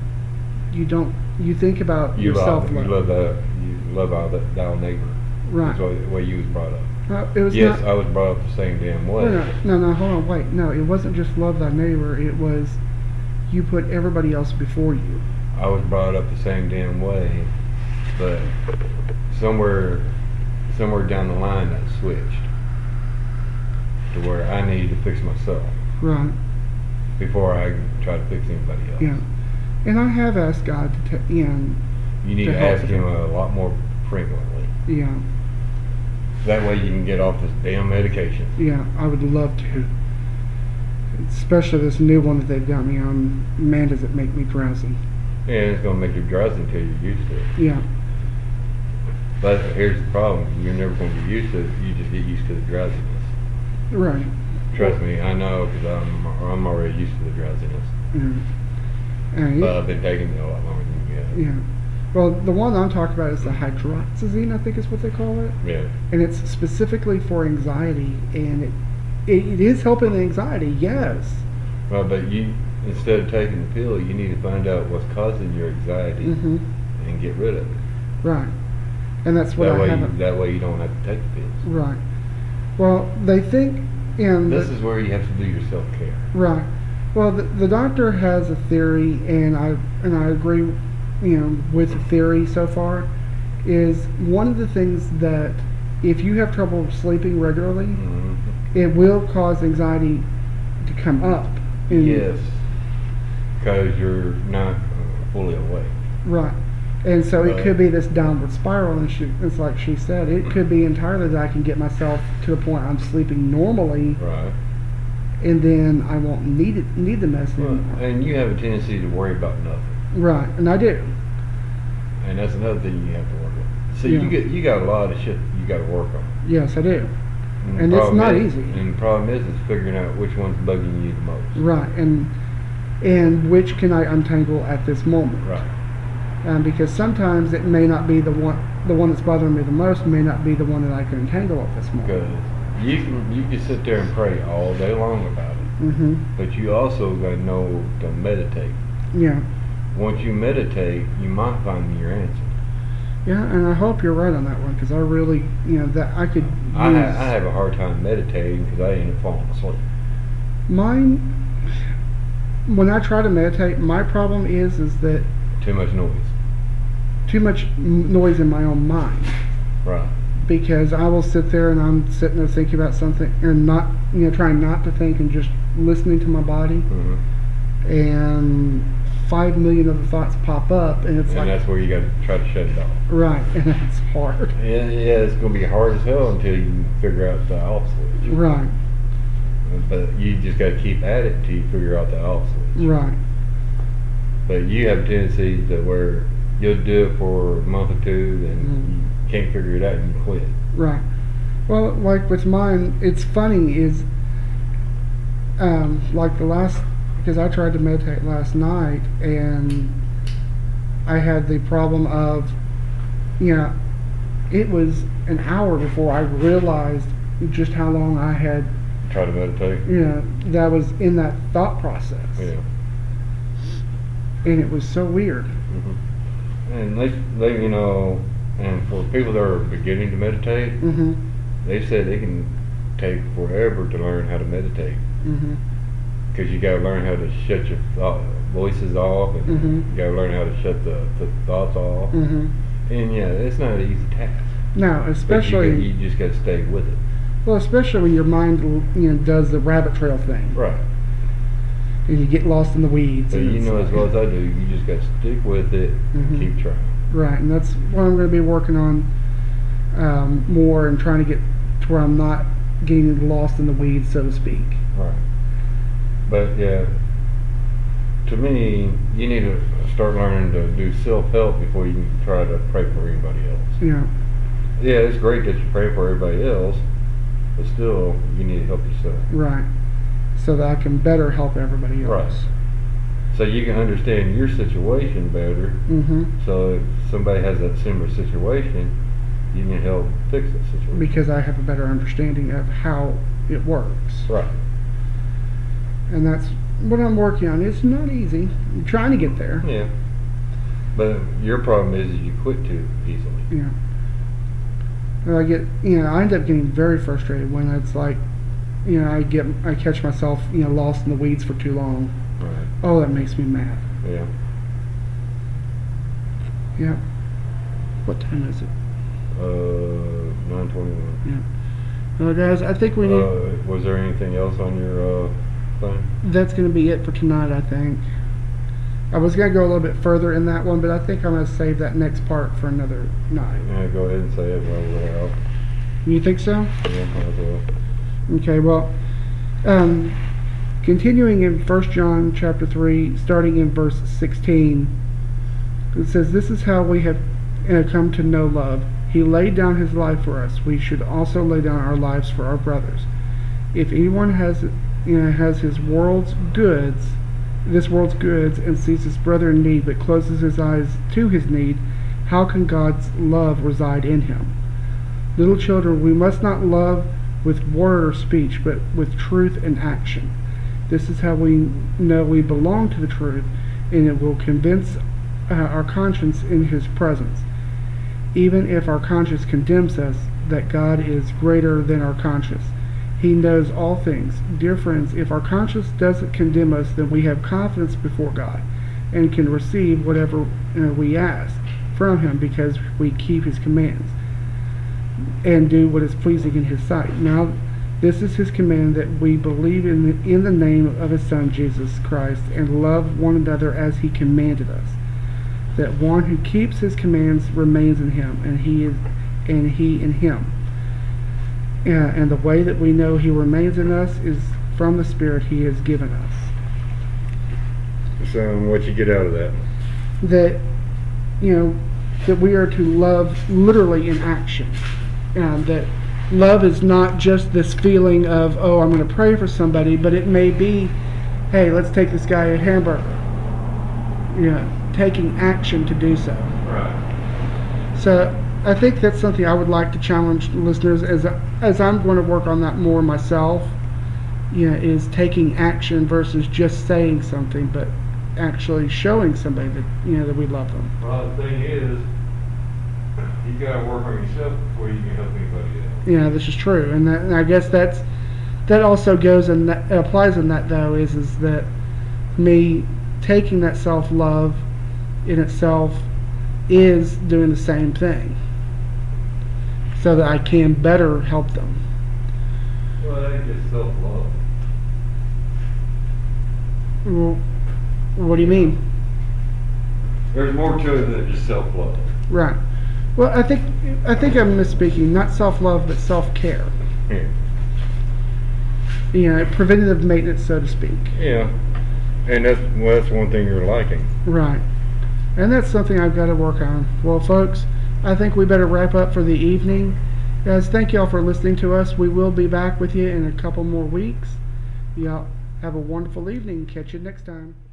S1: you don't you think about
S2: You
S1: yourself
S2: love you love that you love our that thou neighbor. That's
S1: right?
S2: what- the way you was brought up.
S1: No, it was
S2: Yes,
S1: not.
S2: I was brought up the same damn way.
S1: no, no, no, no, hold on, wait. No, it wasn't just love thy neighbor. It was you put everybody else before you.
S2: I was brought up the same damn way, but somewhere, somewhere down the line, that switched to where I needed to fix myself
S1: Right.
S2: before I try to fix anybody else.
S1: Yeah. And I have asked God to, t- and
S2: You need
S1: To
S2: to,
S1: help
S2: ask him a lot more frequently.
S1: yeah,
S2: That way, you can get off this damn medication.
S1: yeah, I would love to. Especially this new one that they've got me on. Man, does it make me drowsy.
S2: And it's gonna make you drowsy until you're used to it.
S1: Yeah.
S2: But here's the problem: you're never gonna get used to it. You just get used to the drowsiness.
S1: Right.
S2: Trust me, I know because I'm I'm already used to the drowsiness.
S1: Yeah. And
S2: But I've been taking it a lot longer than you have.
S1: yeah. Well, the one I'm talking about is the hydroxyzine, I think is what they call it.
S2: Yeah.
S1: And it's specifically for anxiety. And it, it, it is helping the anxiety, yes.
S2: Well, but you instead of taking the pill, you need to find out what's causing your anxiety
S1: hmm
S2: and get rid of it.
S1: Right. And that's what
S2: That
S1: I
S2: way, you,
S1: haven't.
S2: that way you don't have to take the pills.
S1: Right. Well, they think in.
S2: This is where you have to do your self care.
S1: Right. Well, the, the doctor has a theory, and I and I agree, you know, with the theory so far. Is one of the things that if you have trouble sleeping regularly,
S2: hmm
S1: it will cause anxiety to come up. in-
S2: Yes, because you're not uh, fully awake.
S1: Right. And so it
S2: Right.
S1: could be this downward spiral, and she, it's like she said, it could be entirely that I can get myself to a point I'm sleeping normally,
S2: Right.
S1: and then I won't need it, need the medicine.
S2: Well,
S1: anymore.
S2: and you have a tendency to worry about nothing,
S1: Right. And I do.
S2: and that's another thing you have to work on. See,
S1: Yeah.
S2: you get you got a lot of shit you got to work on.
S1: Yes, I do.
S2: the
S1: And it's
S2: problem
S1: not
S2: is-
S1: easy.
S2: And the problem is, is figuring out which one's bugging you the most.
S1: Right, and and which can I untangle at this moment?
S2: Right.
S1: Um, because sometimes it may not be the one the one that's bothering me the most may not be the one that I can untangle at this moment.
S2: Because you can you can sit there and pray all day long about it.
S1: hmm
S2: But you also gotta know to meditate.
S1: Yeah,
S2: Once you meditate, you might find your answer.
S1: yeah, and I hope you're right on that one because I really, you know, that I could use
S2: I, ha- I have a hard time meditating because I end up falling asleep.
S1: mine. When I try to meditate, my problem is is that
S2: Too much noise.
S1: too much m- noise in my own mind.
S2: Right.
S1: because I will sit there and I'm sitting there thinking about something and not, you know, trying not to think and just listening to my body.
S2: hmm
S1: And five million other thoughts pop up, and it's
S2: And
S1: like,
S2: that's where you gotta try to shut it off.
S1: right, and it's hard.
S2: Yeah, yeah, it's gonna be hard as hell until you can figure out the off switch.
S1: Right,
S2: But you just gotta keep at it until you figure out the off switch.
S1: right,
S2: But you have tendencies that where you'll do it for a month or two and you can't figure it out and you quit.
S1: right. Well, like with mine, it's funny is, um, like the last, because I tried to meditate last night and I had the problem of, you know, it was an hour before I realized just how long I had,
S2: Try to meditate.
S1: you know, that I was in that thought process.
S2: Yeah.
S1: And it was so weird.
S2: Mm-hmm. And they, they, you know, and for people that are beginning to meditate,
S1: Mm-hmm.
S2: they said it can take forever to learn how to meditate
S1: Mm-hmm.
S2: because you got to learn how to shut your thought, voices off, and
S1: Mhm.
S2: you got to learn how to shut the, the thoughts off.
S1: Mm-hmm.
S2: And yeah, it's not an easy task,
S1: Now,
S2: but you,
S1: especially
S2: got, you just got to stay with it.
S1: well, especially when your mind, you know, does the rabbit trail thing,
S2: Right.
S1: and you get lost in the weeds.
S2: But
S1: and
S2: you
S1: it's
S2: know as
S1: like-
S2: well as I do, you just got to stick with it,
S1: Mhm.
S2: and keep trying.
S1: Right, and that's what I'm going to be working on um, more and trying to get to where I'm not getting lost in the weeds, so to speak.
S2: Right. But yeah, to me, you need to start learning to do self help before you can try to pray for anybody else.
S1: You know,
S2: yeah, it's great that you pray for everybody else, but still, you need to help yourself.
S1: Right. So that I can better help everybody else.
S2: Right. So you can understand your situation better.
S1: Mm-hmm.
S2: So if somebody has that similar situation, you can help fix that situation.
S1: Because I have a better understanding of how it works.
S2: right.
S1: And that's what I'm working on. It's not easy. I'm trying to get there.
S2: Yeah. But your problem is, is you quit too easily.
S1: Yeah. And I get, you know, I end up getting very frustrated when it's like, you know, I get, I catch myself, you know, lost in the weeds for too long.
S2: Right.
S1: Oh, that makes me mad.
S2: Yeah.
S1: Yeah. What time is it?
S2: Uh, nine twenty-one.
S1: Well, guys, I think we need.
S2: Uh, was there anything else on your uh, thing?
S1: that's gonna be it for tonight. I think. I was gonna go a little bit further in that one, but I think I'm gonna save that next part for another night.
S2: Yeah, go ahead and say it while we're out.
S1: You think so?
S2: Yeah, might as well.
S1: Okay, well, um, continuing in First John chapter three, starting in verse sixteen, it says, "This is how we have uh, come to know love. He laid down his life for us. We should also lay down our lives for our brothers. If anyone has you know, has his world's goods, this world's goods, and sees his brother in need, but closes his eyes to his need, how can God's love reside in him? Little children, we must not love." with word or speech, but with truth and action. This is how we know we belong to the truth, and it will convince uh, our conscience in His presence. Even if our conscience condemns us, that God is greater than our conscience. He knows all things. Dear friends, if our conscience doesn't condemn us, then we have confidence before God and can receive whatever uh, we ask from Him because we keep His commands and do what is pleasing in his sight. Now, this is his command that we believe in the, in the name of his son Jesus Christ and love one another as he commanded us. That one who keeps his commands remains in him and he is and he in him. Uh, and the way that we know he remains in us is from the spirit he has given us.
S2: So, what you get out of that?
S1: That you know that we are to love literally in action. Um, that love is not just this feeling of, oh, I'm going to pray for somebody, but it may be, hey, let's take this guy a hamburger. You know, taking action to do so.
S2: Right.
S1: So I think that's something I would like to challenge listeners as as I'm going to work on that more myself. You know, is taking action versus just saying something, but actually showing somebody that you know that we love them.
S2: Well, the thing is, you gotta work on yourself before you can help anybody else.
S1: Yeah, this is true, and, that, and I guess that's that also goes and that, applies in that though is is that me taking that self love in itself is doing the same thing, so that I can better help them.
S2: Well, that is just self love.
S1: Well, what do you mean?
S2: There's more to it than just self love.
S1: Right. Well, I think I think I'm misspeaking. Not self love, but self care.
S2: Yeah.
S1: You know, preventative maintenance, so to speak.
S2: Yeah. And that's well, that's one thing you're liking.
S1: Right. And that's something I've got to work on. Well, folks, I think we better wrap up for the evening. Guys, thank y'all for listening to us. We will be back with you in a couple more weeks. Y'all have a wonderful evening. Catch you next time.